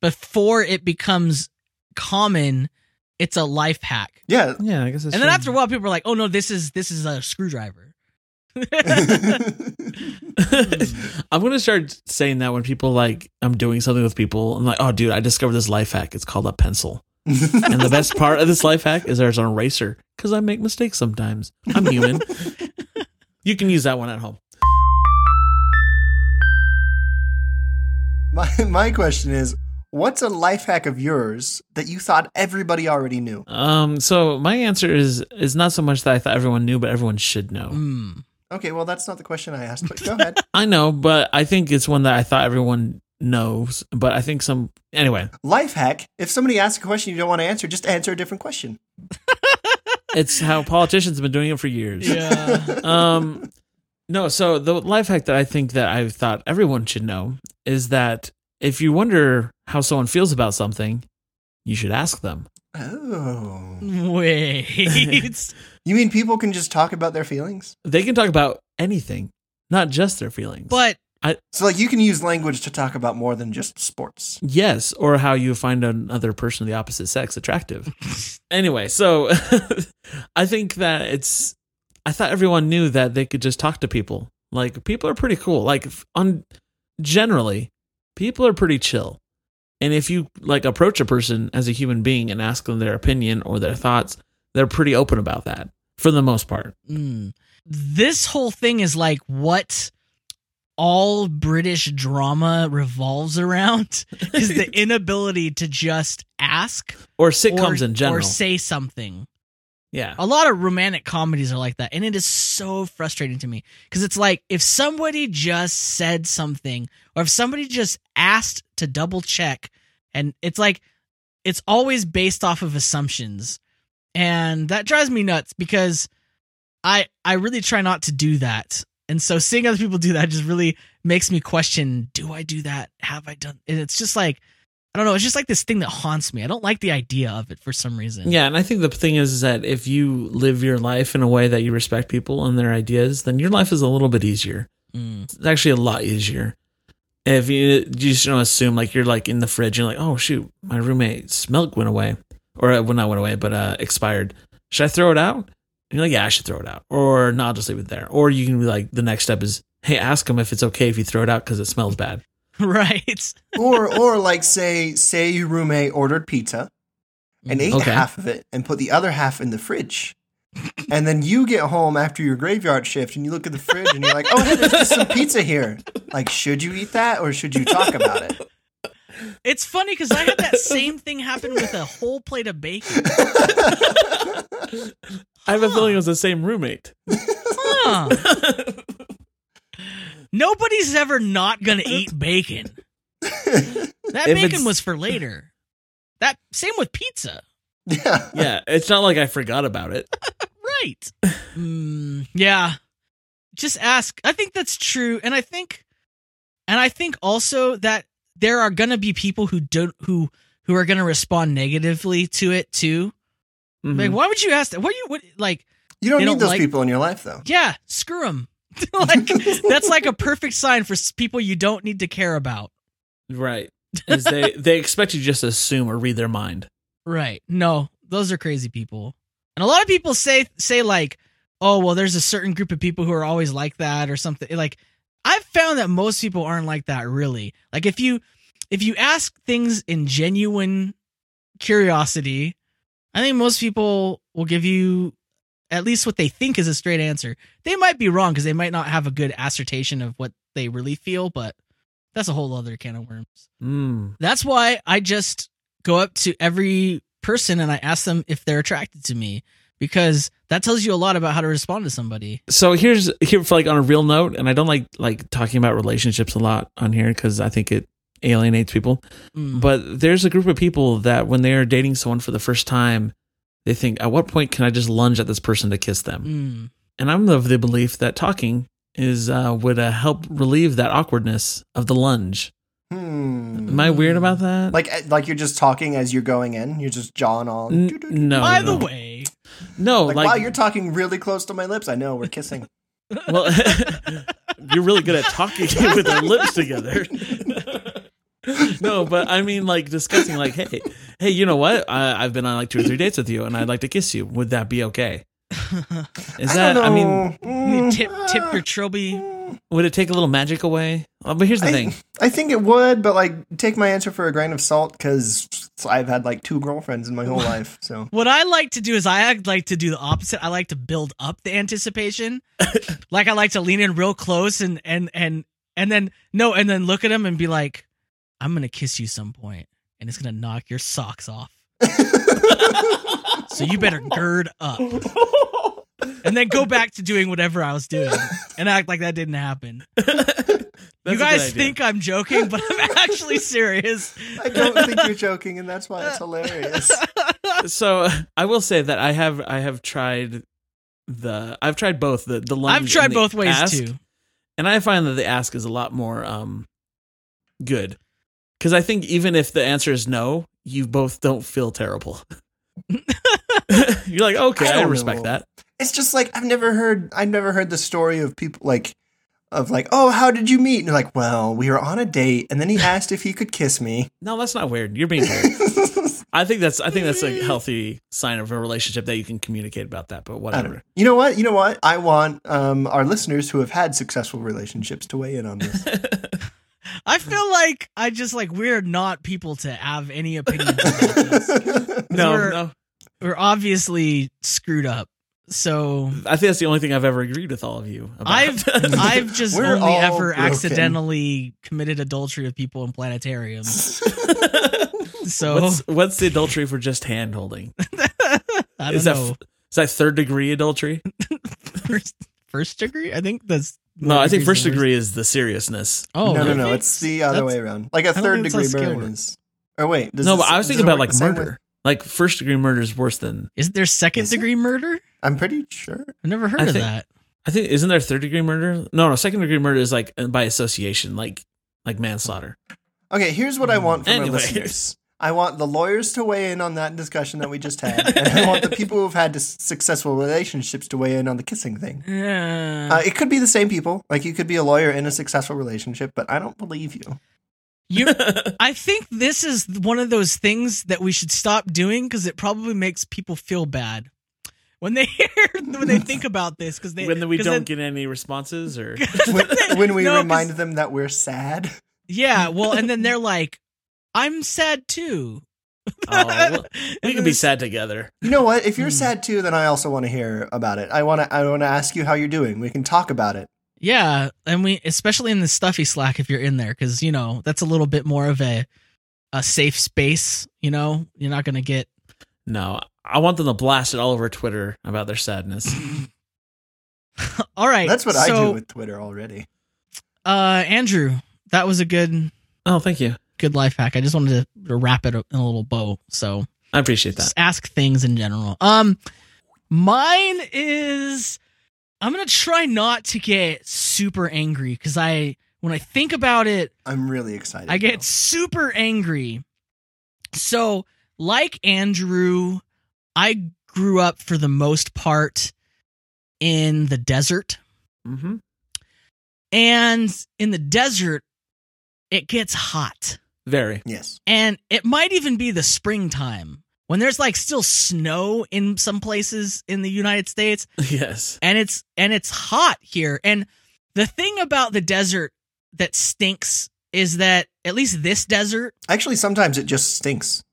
before it becomes common, it's a life hack.
Yeah.
yeah, I guess. That's
And then after a while, people are like, "Oh no, this is this is a screwdriver."
I'm gonna start saying that when people like I'm doing something with people, I'm like, oh, dude, I discovered this life hack. It's called a pencil. And the best part of this life hack is there's an eraser because I make mistakes sometimes. I'm human. you can use that one at home.
my my question is, what's a life hack of yours that you thought everybody already knew?
Um, so my answer is is not so much that I thought everyone knew, but everyone should know.
Hmm.
Okay, well that's not the question I asked, but go ahead.
I know, but I think it's one that I thought everyone knows, but I think some anyway.
life hack: if somebody asks a question you don't want to answer, just answer a different question.
It's how politicians have been doing it for years.
Yeah.
um no so the life hack that i think that i thought everyone should know is that if you wonder how someone feels about something you should ask them
Oh,
Wait.
you mean people can just talk about their feelings?
they can talk about anything not just their feelings
but
So like you can use language to talk about more than just sports.
yes or how you find another person of the opposite sex attractive anyway so i think that it's i thought everyone knew that they could just talk to people like people are pretty cool like f- on generally people are pretty chill And if you like approach a person as a human being and ask them their opinion or their thoughts, they're pretty open about that for the most part.
Mm. This whole thing is like what all British drama revolves around is the inability to just ask
Or
or-
sitcoms in general.
or say something.
yeah.
A lot of romantic comedies are like that, and it is so frustrating to me because it's like if somebody just said something, or if somebody just asked to double check, and it's like it's always based off of assumptions, and that drives me nuts because I I really try not to do that, and so seeing other people do that just really makes me question: Do I do that? Have I done? And it's just like I don't know. It's just like this thing that haunts me. I don't like the idea of it for some reason.
Yeah, and I think the thing is, is that if you live your life in a way that you respect people and their ideas, then your life is a little bit easier.
Mm.
It's actually a lot easier. If you, you just don't assume like you're like in the fridge, you're like, oh shoot, my roommate's milk went away, or uh, well not went away, but uh, expired. Should I throw it out? And you're like, yeah, I should throw it out, or no, I'll just leave it there. Or you can be like, the next step is, hey, ask them if it's okay if you throw it out because it smells bad.
Right.
or or like say say your roommate ordered pizza and ate
Okay.
half of it and put the other half in the fridge. And then you get home after your graveyard shift and you look at the fridge and you're like, oh, hey, there's just some pizza here. Like, should you eat that or should you talk about it?
It's funny because I had that same thing happen with a whole plate of bacon.
I have a feeling it was the same roommate.
Huh. Nobody's ever not going to eat bacon. That
If
bacon
it's-
was for later. That same with pizza.
Yeah.
yeah, it's not like I forgot about it.
Right. Mm, yeah. Just ask. I think that's true and I think and I think also that there are going to be people who don't who who are going to respond negatively to it too.
Mhm.
Like why would you ask that? What do you what like
You don't
They
need
don't
those
like-
people in your life, though.
yeah, screw them. like that's like a perfect sign for s- people you don't need to care about.
Right. Is they they expect you to just assume or read their mind.
Right. No, those are crazy people. And a lot of people say say like, "Oh, well there's a certain group of people who are always like that or something." Like I've found that most people aren't like that really. Like if you if you ask things in genuine curiosity, I think most people will give you at least what they think is a straight answer. They might be wrong because they might not have a good assertion of what they really feel, but that's a whole other can of worms.
Mm.
That's why I just go up to every person and I ask them if they're attracted to me because that tells you a lot about how to respond to somebody.
So here's here for like on a real note, and I don't like like talking about relationships a lot on here because I think it alienates people.
Mm.
But there's a group of people that when they are dating someone for the first time, they think, at what point can I just lunge at this person to kiss them?
Mm.
And I'm of the belief that talking is uh, would uh, help relieve that awkwardness of the lunge.
Hmm.
Am I
Mm.
weird about that?
Like, eh, like you're just talking as you're going in. You're just jawing all.
N- no,
By
no.
the way,
no,
Like,
like
wow, you're talking really close to my lips. I know we're kissing.
Well, you're really good at talking with our lips together. no, but I mean, like discussing, like, hey, hey, you know what? I, I've been on like two or three dates with you, and I'd like to kiss you. Would that be okay? Is that? I, mean,
you
mean,
tip tip your trilby.
would it take a little magic away? Uh, but here's the
I-
thing.
I think it would, but like, take my answer for a grain of salt because I've had like two girlfriends in my whole life. So
What I like to do is I act like to do the opposite. I like to build up the anticipation. like I like to lean in real close and and and and then no, and then look at him and be like, "I'm gonna kiss you some point, and it's gonna knock your socks off." so you better gird up, and then go back to doing whatever I was doing and act like that didn't happen.
That's a
you
good
guys
idea.
think I'm joking, but I'm actually serious.
I don't think you're joking, and that's why it's hilarious.
so? I will say that I have I have tried the I've tried both the the lunge
I've tried
and the
both ways
ask.
too.
and I find that the ask is a lot more um good because I think even if the answer is no, you both don't feel terrible. You're like, okay,
I
I,
don't
respect
know.
that.
It's just like I've never heard. I've never heard the story of people like. Of like, oh, how did you meet? And you're like, well, we were on a date, and then he asked if he could kiss me.
No, that's not weird. You're being weird. I think that's I think that's a healthy sign of a relationship that you can communicate about that.
I
But
don't know.
whatever.
You know what? You know what? I want um, our listeners who have had successful relationships to weigh in on this.
I feel like I just like we're not people to have any opinions. about this.
No,
We're-
no.
We're obviously screwed up. So
I think that's the only thing I've ever agreed with all of you. About.
I've I've just
We're
only
all
ever
broken.
accidentally committed adultery with people in planetariums. So
what's, what's the adultery for just hand holding?
I don't
Is that
know.
is that third degree adultery?
first, first degree? I think that's
No, I think
degree's
first
the worst.
degree is the seriousness.
Oh
no, no,
okay.
no. It's the other
That's-
way around. Like a
don't
third
think it's
degree
how scale
murder
works.
is. Or wait, does
no,
this-
but I was
does
thinking
it
about
work
like
the same
murder.
way?
Like first degree murder is worse than
Isn't there second
Is it?
degree murder?
I'm pretty sure.
I've never heard
I
of
think-
that.
I think isn't there third degree murder? No, no, second degree murder is like by association, like like manslaughter.
Okay, here's what I want from
Anyway.
our listeners. I want the lawyers to weigh in on that discussion that we just had, and I want the people who've had dis- successful relationships to weigh in on the kissing thing.
Yeah.
Uh, it could be the same people. Like you could be a lawyer in a successful relationship, but I don't believe you.
you, I think this is one of those things that we should stop doing because it probably makes people feel bad when they hear when they think about this because they
when we
'cause
don't
then-
get any responses or
When, when we
No, 'cause-
remind them that we're sad,
yeah well and then they're like I'm sad too.
Oh, well,
And
we can be
this-
sad together.
you know what? If you're
Hmm.
sad too, then I also want to hear about it. I want to. I want to ask you how you're doing. We can talk about it.
Yeah, and we especially in the stuffy Slack if you're in there because you know that's a little bit more of a a safe space. You know, you're not gonna get
No, I want them to blast it all over Twitter about their sadness.
all right.
That's what I
so,
do with Twitter already.
Uh, Andrew, that was a good
oh, thank you.
good life hack. I just wanted to, to wrap it up in a little bow. So
I appreciate that.
just ask things in general. Um, mine is I'm gonna try not to get super angry because I when I think about it,
I'm really excited.
I get super angry. So, like Andrew, I grew up for the most part in the desert.
Mm-hmm.
And in the desert, it gets hot.
Very.
now. yes.
And it might even be the springtime when there's like still snow in some places in the United States.
Yes.
and it's and it's hot here and the thing about the desert that stinks is that at least this desert
Actually, sometimes it just stinks.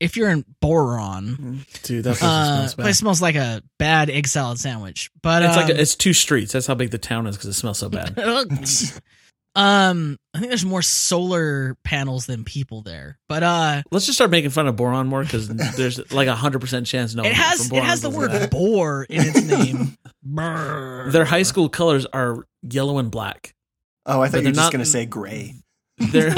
if you're in boron
Dude, that
uh,
smells
but it smells like a bad egg salad sandwich but
It's like
um,
a, it's two streets. That's how big the town is because it smells so bad.
um i think there's more solar panels than people there but uh
Let's just start making fun of boron more because there's like a hundred percent chance no.
it
one
has
from
it
boron
has the
goes
word
there.
boar in its name Brr.
Their high school colors are yellow and black.
Oh, I
But
thought you were
they're
just
not-
going to say gray.
They're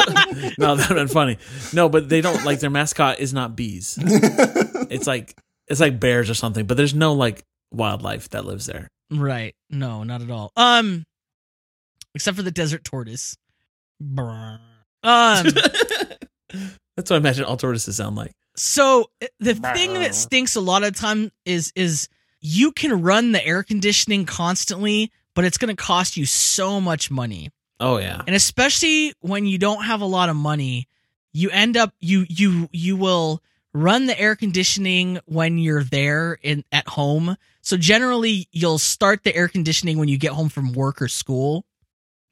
no, that would been funny. No, but they don't like their mascot is not bees. It's like it's like bears or something. But there's no like wildlife that lives there.
Right. No, not at all. Um, except for the desert tortoise. Brr. Um,
That's what I imagine all tortoises sound like.
so uh, the thing that stinks a lot of time is is you can run the air conditioning constantly, but it's going to cost you so much money.
Oh yeah.
And especially when you don't have a lot of money, you end up you you you will run the air conditioning when you're there in at home. So generally you'll start the air conditioning when you get home from work or school.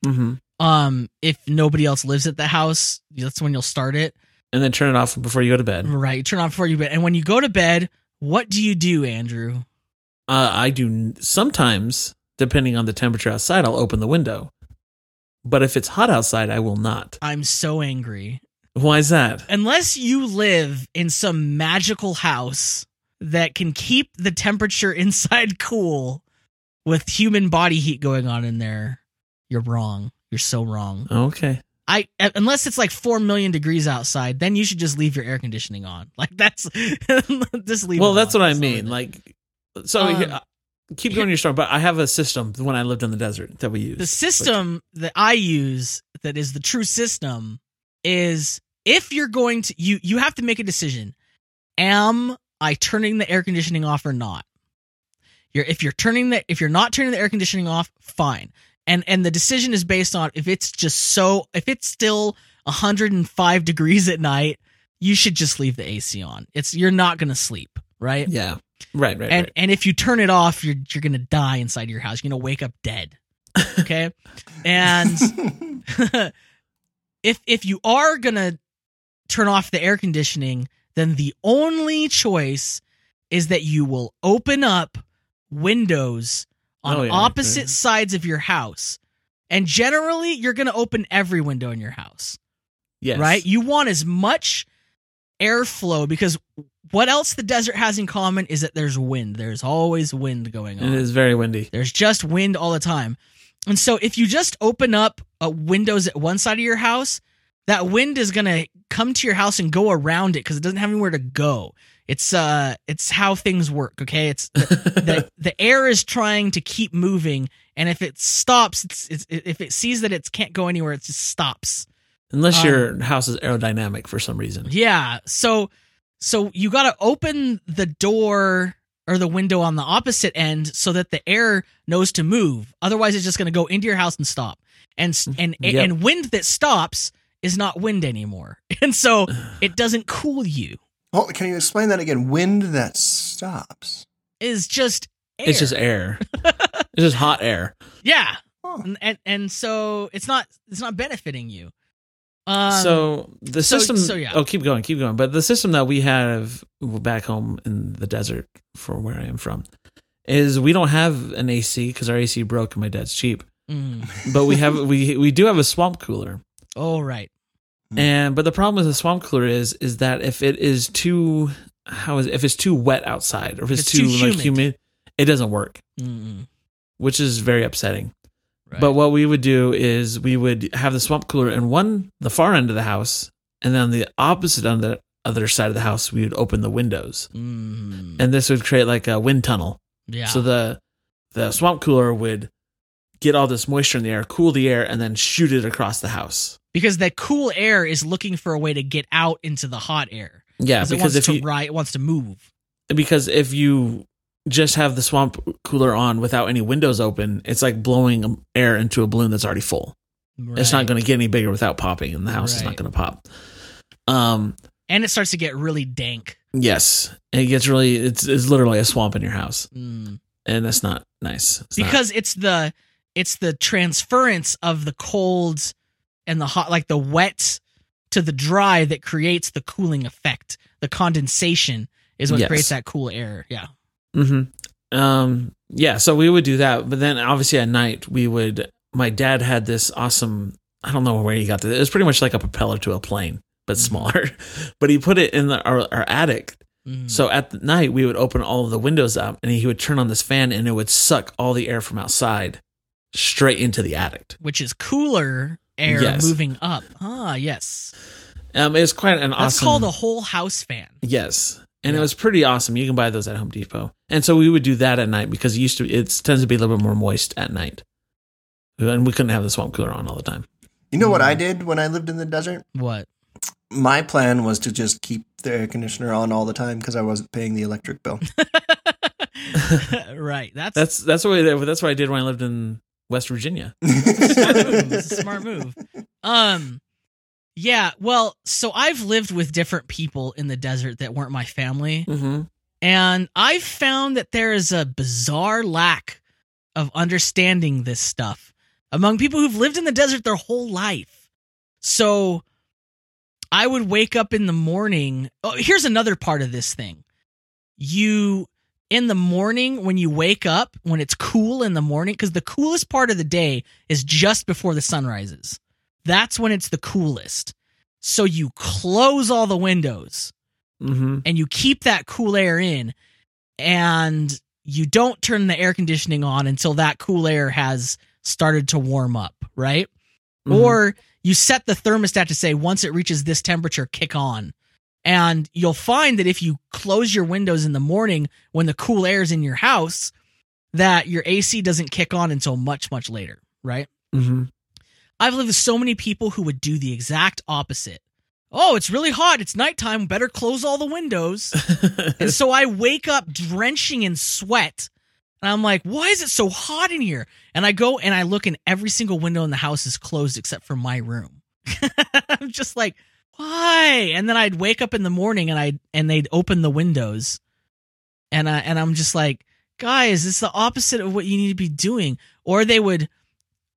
Mm-hmm.
um if nobody else lives at the house that's when you'll start it
And then turn it off before you go to bed. Uh,
right turn on before you bed and when you go to bed what do you do andrew
Uh, I do n- sometimes, depending on the temperature outside, I'll open the window. But if it's hot outside, I will not.
i'm so angry
Why is that?
unless you live in some magical house that can keep the temperature inside cool with human body heat going on in there you're wrong you're so wrong
Okay.
i unless it's like 4 million degrees outside then you should just leave your air conditioning on like that's just leave
well,
it
that's
on.
what I
Just leave
mean.
it.
Like, so
Um,
here- uh, keep going your story. But I have a system when I lived in the desert that we use.
the system that I use that is the true system is if you're going to you you have to make a decision. Am I turning the air conditioning off or not? You're if you're turning the if you're not turning the air conditioning off, fine. And and the decision is based on if it's just so if it's still 105 degrees at night, you should just leave the AC on. It's you're not going to sleep, right?
yeah. Right. Right.
and
right.
and if you turn it off, you're you're gonna die inside your house. You're gonna wake up dead. Okay, and if if you are gonna turn off the air conditioning, then the only choice is that you will open up windows on
Oh, yeah,
opposite
right.
sides of your house. And generally, you're going to open every window in your house,
Yes.
right? You want as much airflow because what else the desert has in common is that there's wind. There's always wind going on.
It is very windy.
There's just wind all the time. And so if you just open up uh, windows at one side of your house, that wind is going to come to your house and go around it because it doesn't have anywhere to go. It's uh it's how things work, okay? It's the, the air is trying to keep moving and if it stops, it's, it's if it sees that it can't go anywhere, it just stops.
Unless
um,
your house is aerodynamic for some reason.
Yeah. So so you got to open the door or the window on the opposite end so that the air knows to move. Otherwise it's just going to go into your house and stop. And s- and
Mm-hmm. Yep.
and wind that stops is not wind anymore. And so it doesn't cool you.
Well, can you explain that again? Wind that stops.
It's just air.
It's just air. it's just hot air.
Yeah.
Huh.
And, and and so it's not it's not benefiting you. Um,
so the
so-
system.
so, yeah.
Oh, keep going, keep going. But the system that we have back home in the desert, for where I am from, is we don't have an AC because our AC broke and my dad's cheap.
mm.
But we have we we do have a swamp cooler.
all right. Mm.
Hmm.
And but the problem with the swamp cooler is is that if it is too how is it, if it's too wet outside or if it's,
It's
too,
too
like
humid.
humid, it doesn't work,
Mm-mm.
which is very upsetting.
Right.
But what we would do is we would have the swamp cooler in one the far end of the house, and then the opposite on the other side of the house, we would open the windows,
Mm.
and this would create like a wind tunnel.
yeah.
So the the swamp cooler would get all this moisture in the air, cool the air, and then shoot it across the house.
because that cool air is looking for a way to get out into the hot air.
Yeah,
it wants
because if
to
you
ri- it wants to move.
because if you just have the swamp cooler on without any windows open, it's like blowing air into a balloon that's already full. It's not
Right.
going to get any bigger without popping, and the house is not
Right.
going to pop. Um.
and it starts to get really dank.
Yes, and it gets really. It's it's literally a swamp in your house,
Mm.
and that's not nice. It's not-
Because it's the it's the transference of the cold and the hot, like the wet to the dry, that creates the cooling effect. The condensation is what
Yes.
creates that cool air. Yeah.
hmm Um, yeah, so we would do that, but then obviously at night we would. My dad had this awesome. I don't know where he got this. It was pretty much like a propeller to a plane, but
Mhm.
smaller. but he put it in the, our, our attic.
Mm.
So at the night we would open all of the windows up, and he would turn on this fan, and it would suck all the air from outside straight into the attic.
Which is cooler air
Yes.
moving up. Ah, yes.
Um, it was quite an
That's
awesome.
called a whole house fan.
Yes. And it
Yeah.
was pretty awesome. You can buy those at Home Depot. And so we would do that at night because it used to it tends to be a little bit more moist at night. And we couldn't have the swamp cooler on all the time.
You know what
Hmm.
I did when I lived in the desert?
What?
My plan was to just keep the air conditioner on all the time because I wasn't paying the electric bill.
right. That's
That's that's what I, that's what I did when I lived in West Virginia.
smart move. It's a smart move. Um, yeah. Well, so I've lived with different people in the desert that weren't my family,
Mm-hmm.
and I've found that there is a bizarre lack of understanding this stuff among people who've lived in the desert their whole life. So I would wake up in the morning. Oh, here's another part of this thing. You in the morning when you wake up, when it's cool in the morning, because the coolest part of the day is just before the sun rises. That's when it's the coolest. So you close all the windows
Mm-hmm.
and you keep that cool air in and you don't turn the air conditioning on until that cool air has started to warm up, right?
Mm-hmm.
Or you set the thermostat to say once it reaches this temperature, kick on. And you'll find that if you close your windows in the morning when the cool air is in your house, that your AC doesn't kick on until much, much later, right?
hmm
I've lived with so many people who would do the exact opposite. Oh, it's really hot. It's nighttime. Better close all the windows. and so I wake up drenching in sweat. And I'm like, why is it so hot in here? And I go and I look, and every single window in the house is closed except for my room. I'm just like, why? And then I'd wake up in the morning and I would and they'd open the windows, and I and I'm just like, guys, it's the opposite of what you need to be doing. Or they would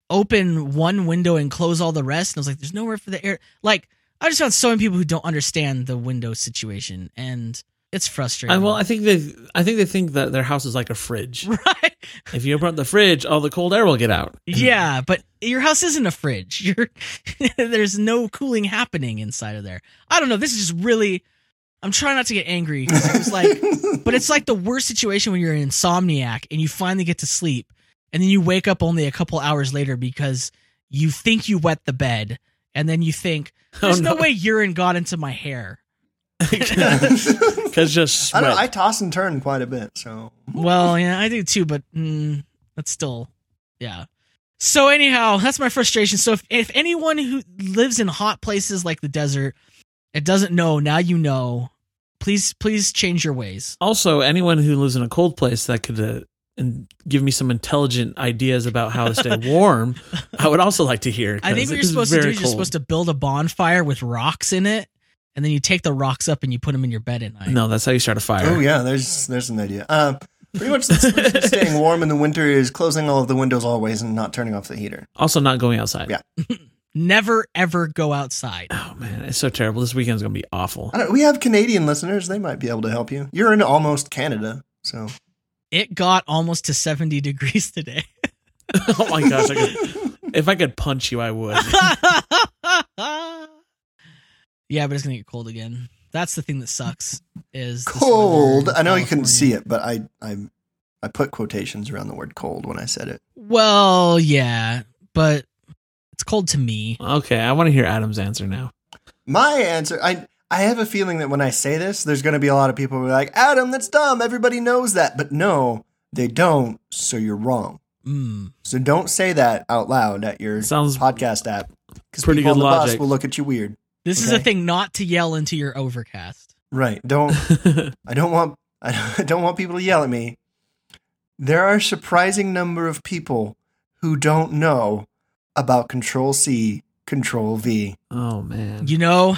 open one window and close all the rest. And I was like, there's nowhere for the air. Like, I just found so many people who don't understand the window situation, and it's frustrating.
I, well, I think they, I think they think that their house is like a fridge.
right?
if you open up the fridge, all the cold air will get out.
Yeah, but your house isn't a fridge. You're, there's no cooling happening inside of there. I don't know. This is just really. I'm trying not to get angry because it was like, but it's like the worst situation when you're an insomniac and you finally get to sleep, and then you wake up only a couple hours later because you think you wet the bed, and then you think there's
Oh,
no.
no.
way urine got into my hair.
I
Because just
don't know.
sweat.
I toss and turn quite a bit, so
Well, yeah, I do too, but mm, that's still, yeah. So anyhow, that's my frustration. So if if anyone who lives in hot places like the desert and doesn't know, now you know. Please, please change your ways.
also, anyone who lives in a cold place that could uh, and give me some intelligent ideas about how to stay warm, I would also like to hear.
I think
'cause
what
it
you're
is
supposed to do
very
is you're
cold.
supposed to build a bonfire with rocks in it, and then you take the rocks up and you put them in your bed at night.
No, that's how you start a fire.
oh yeah, there's there's an idea. Uh, pretty much the solution to staying warm in the winter is closing all of the windows always and not turning off the heater.
Also, not going outside.
Yeah.
Never ever go outside.
Oh man, it's so terrible. This weekend's gonna be awful.
I don't, we have Canadian listeners; they might be able to help you. You're in almost Canada, so
It got almost to 70 degrees today.
oh my gosh, I could, if I could punch you, I would.
yeah, but it's gonna get cold again. That's the thing that sucks. Is this
cold.
weather in
I know you couldn't see
California.
it, but I I I put quotations around the word cold when I said it.
Well, yeah, but it's cold to me.
Okay, I want to hear Adam's answer now.
My answer, I I have a feeling that when I say this, there's going to be a lot of people who are like, Adam, that's dumb. Everybody knows that, but no, they don't. So you're wrong.
Mm.
So don't say that out loud at your
Sounds
podcast app because
pretty
people on
good
the
logic.
bus will look at you weird.
This is a
Okay.
thing not to yell into your overcast.
Right? Don't I don't want I don't, I don't want people to yell at me. There are a surprising number of people who don't know about Control C, Control V.
oh
Mm.
man.
You know,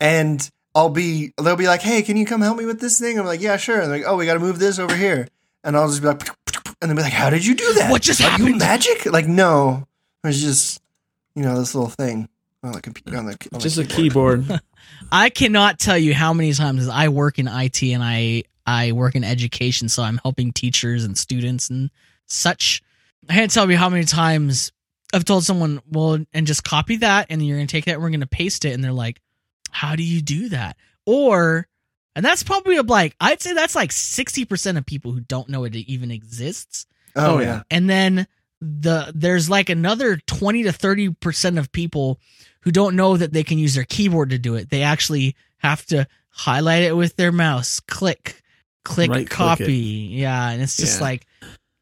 and I'll be they'll be like, "Hey, can you come help me with this thing?" I'm like, "Yeah, sure." And they're like, "Oh, we got to move this over here," and I'll just be like, and they'll be like, "How did you do that?
What just
Are You
happened?"
magic? Like, no, it was just you know this little thing on the computer. On the, on the
Just a
Oh, keyboard.
keyboard.
I cannot tell you how many times I work in IT and I I work in education, so I'm helping teachers and students and such. I can't tell you how many times I've told someone, well, and just copy that, and you're gonna take that, and we're gonna paste it, and they're like, how do you do that? Or, and that's probably of like I'd say that's like sixty percent of people who don't know it even exists,
Oh,
Oh,
yeah.
yeah.
and then the there's like another twenty to thirty percent of people who don't know that they can use their keyboard to do it. They actually have to highlight it with their mouse, click, click,
Right-click
copy. Yeah, and it's just
Yeah.
like,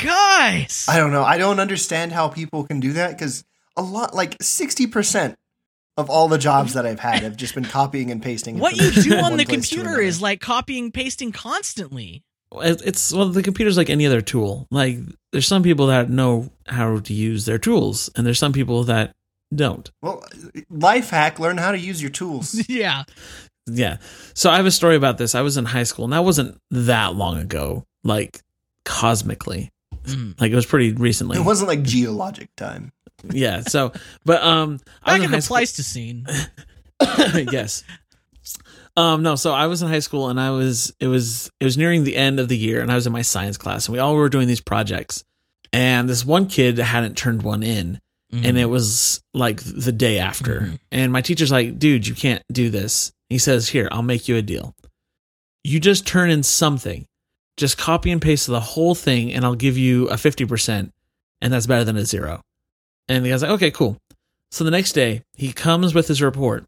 guys,
I don't know. I don't understand how people can do that because a lot, like sixty percent of all the jobs that I've had have just been copying and pasting.
what you do
information from
on
one
the
place to
computer
another.
is like copying, pasting constantly.
It- It's well, the computer's like any other tool. Like there's some people that know how to use their tools, and there's some people that don't.
well, life hack. Learn how to use your tools.
yeah,
Yeah. So I have a story about this. I was in high school, and that wasn't that long ago. Like cosmically,
Mm.
like it was pretty recently.
It wasn't like geologic time.
yeah. So, but um, I was
back in
high
the
school-
Pleistocene.
yes. Um, no, so I was in high school and I was it was it was nearing the end of the year and I was in my science class and we all were doing these projects. And this one kid hadn't turned one in
Mm-hmm.
and it was like the day after.
Mhm.
And my teacher's like, dude, you can't do this. He says, here, I'll make you a deal. You just turn in something, just copy and paste the whole thing, and I'll give you a 50%, and that's better than a zero. And the guy's like, okay, cool. So the next day, he comes with his report.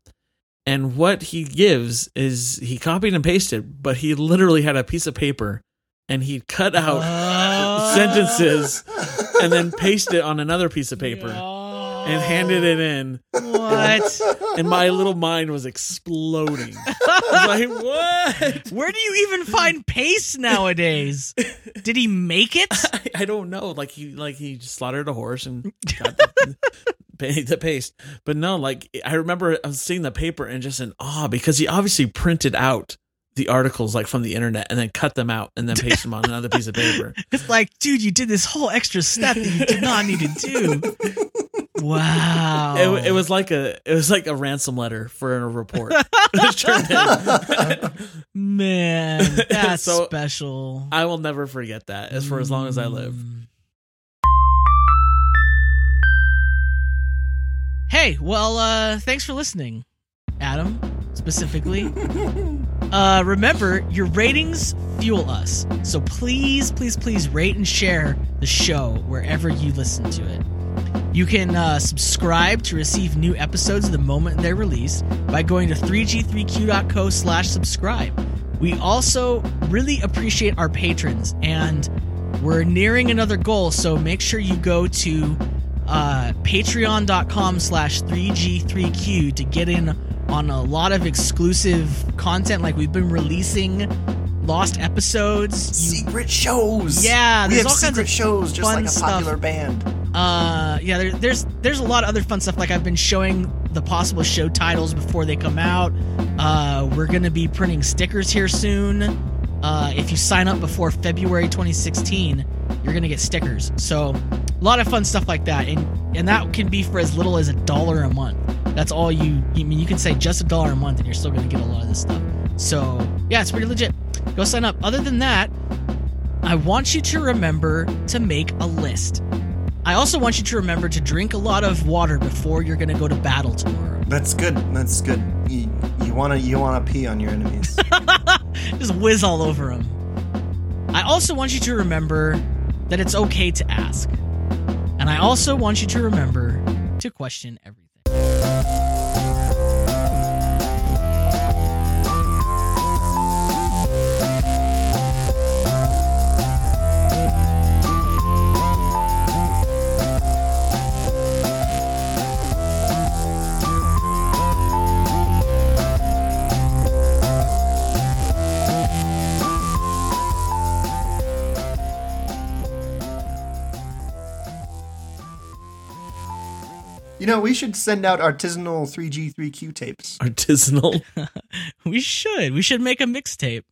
And what he gives is he copied and pasted, but he literally had a piece of paper and he cut out
Oh.
sentences and then pasted it on another piece of paper
Yeah.
and handed it in
What?
and my little mind was exploding. I was like, what?
Where do you even find pace nowadays? Did he make it?
I, I don't know. Like he, like he slaughtered a horse and got the, pa- the paste. But no, like I remember I was seeing the paper and just in awe because he obviously printed out the articles like from the internet and then cut them out and then paste them on another piece of paper.
It's like, dude, you did this whole extra step that you did not need to do. Wow.
It, it was like a it was like a ransom letter for a report. It was turned in.
man, that's
So-
special.
I will never forget that as for as long as I live.
Mm. Hey, well, uh, thanks for listening, Adam, specifically. uh, remember, your ratings fuel us. So please, please, please rate and share the show wherever you listen to it. You can uh, subscribe to receive new episodes the moment they're released by going to 3g3q.co slash subscribe. We also really appreciate our patrons, and we're nearing another goal, so make sure you go to uh, patreon.com slash 3g3q to get in on a lot of exclusive content. Like we've been releasing lost episodes. You-
secret shows.
Yeah,
we
there's all
have
kinds
secret
of
shows, just
fun
like a
stuff.
popular band.
uh yeah there, there's there's a lot of other fun stuff like i've been showing the possible show titles before they come out uh we're gonna be printing stickers here soon uh if you sign up before february 2016 you're gonna get stickers so a lot of fun stuff like that and and that can be for as little as a dollar a month that's all you i mean you can say just a dollar a month and you're still gonna get a lot of this stuff so yeah it's pretty legit go sign up other than that i want you to remember to make a list I also want you to remember to drink a lot of water before you're going to go to battle tomorrow.
That's good. That's good. You, you wanna you wanna pee on your enemies.
Just whiz all over them. I also want you to remember that it's okay to ask. And I also want you to remember to question everything.
you know, we should send out artisanal 3G3Q tapes.
Mm. Artisanal.
We should. We should make a mixtape.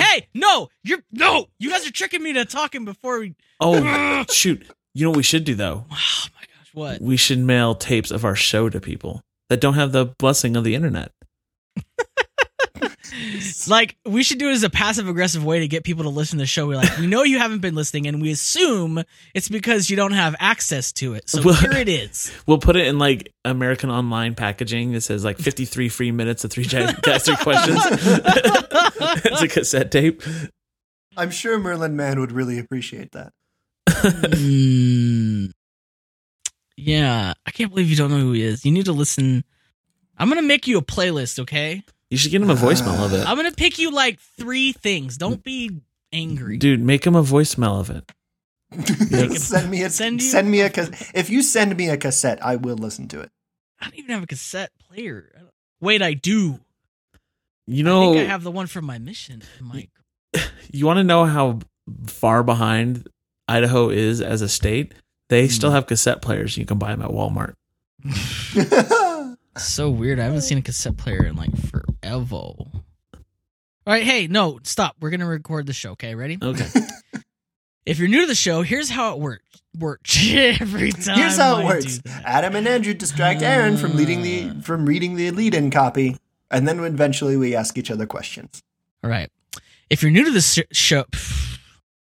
hey, no, you're no, you guys are tricking me to talking before we
Oh shoot. You know what we should do though?
Oh my gosh, what?
We should mail tapes of our show to people that don't have the blessing of the internet.
Like we should do it as a passive aggressive way to get people to listen to the show. We're like, we know you haven't been listening, and we assume it's because you don't have access to it. So
Well-
here it is.
We'll put it in like American Online packaging that says like 53 free minutes of three Jack- guys three questions. it's a cassette tape.
I'm sure Merlin Mann would really appreciate that.
Mm. yeah, I can't believe you don't know who he is. You need to listen. I'm gonna make you a playlist, okay?
You should get him a voicemail of it.
I'm gonna pick you like three things. Don't be angry.
Dude, make him a voicemail of it.
send me a
Send
send,
you-
me a cas- if you send me a cassette, I will listen to it.
I don't even have a cassette player. I don't- Wait, I do.
You
I
know,
think I have the one from my mission. in My
you want to know how far behind Idaho is as a state? They
Hmm.
still have cassette players. You can buy them at Walmart.
So weird. I haven't seen a cassette player in like forever. All right, hey, no, stop. We're gonna record the show. Okay, ready?
Okay.
If you're new to the show, here's how it works. Works every time.
Here's how
I
it works.
do that. Ah.
Adam and Andrew distract Aaron from leading the from reading the lead-in copy, and then eventually we ask each other questions.
All right. If you're new to the s- show, pff,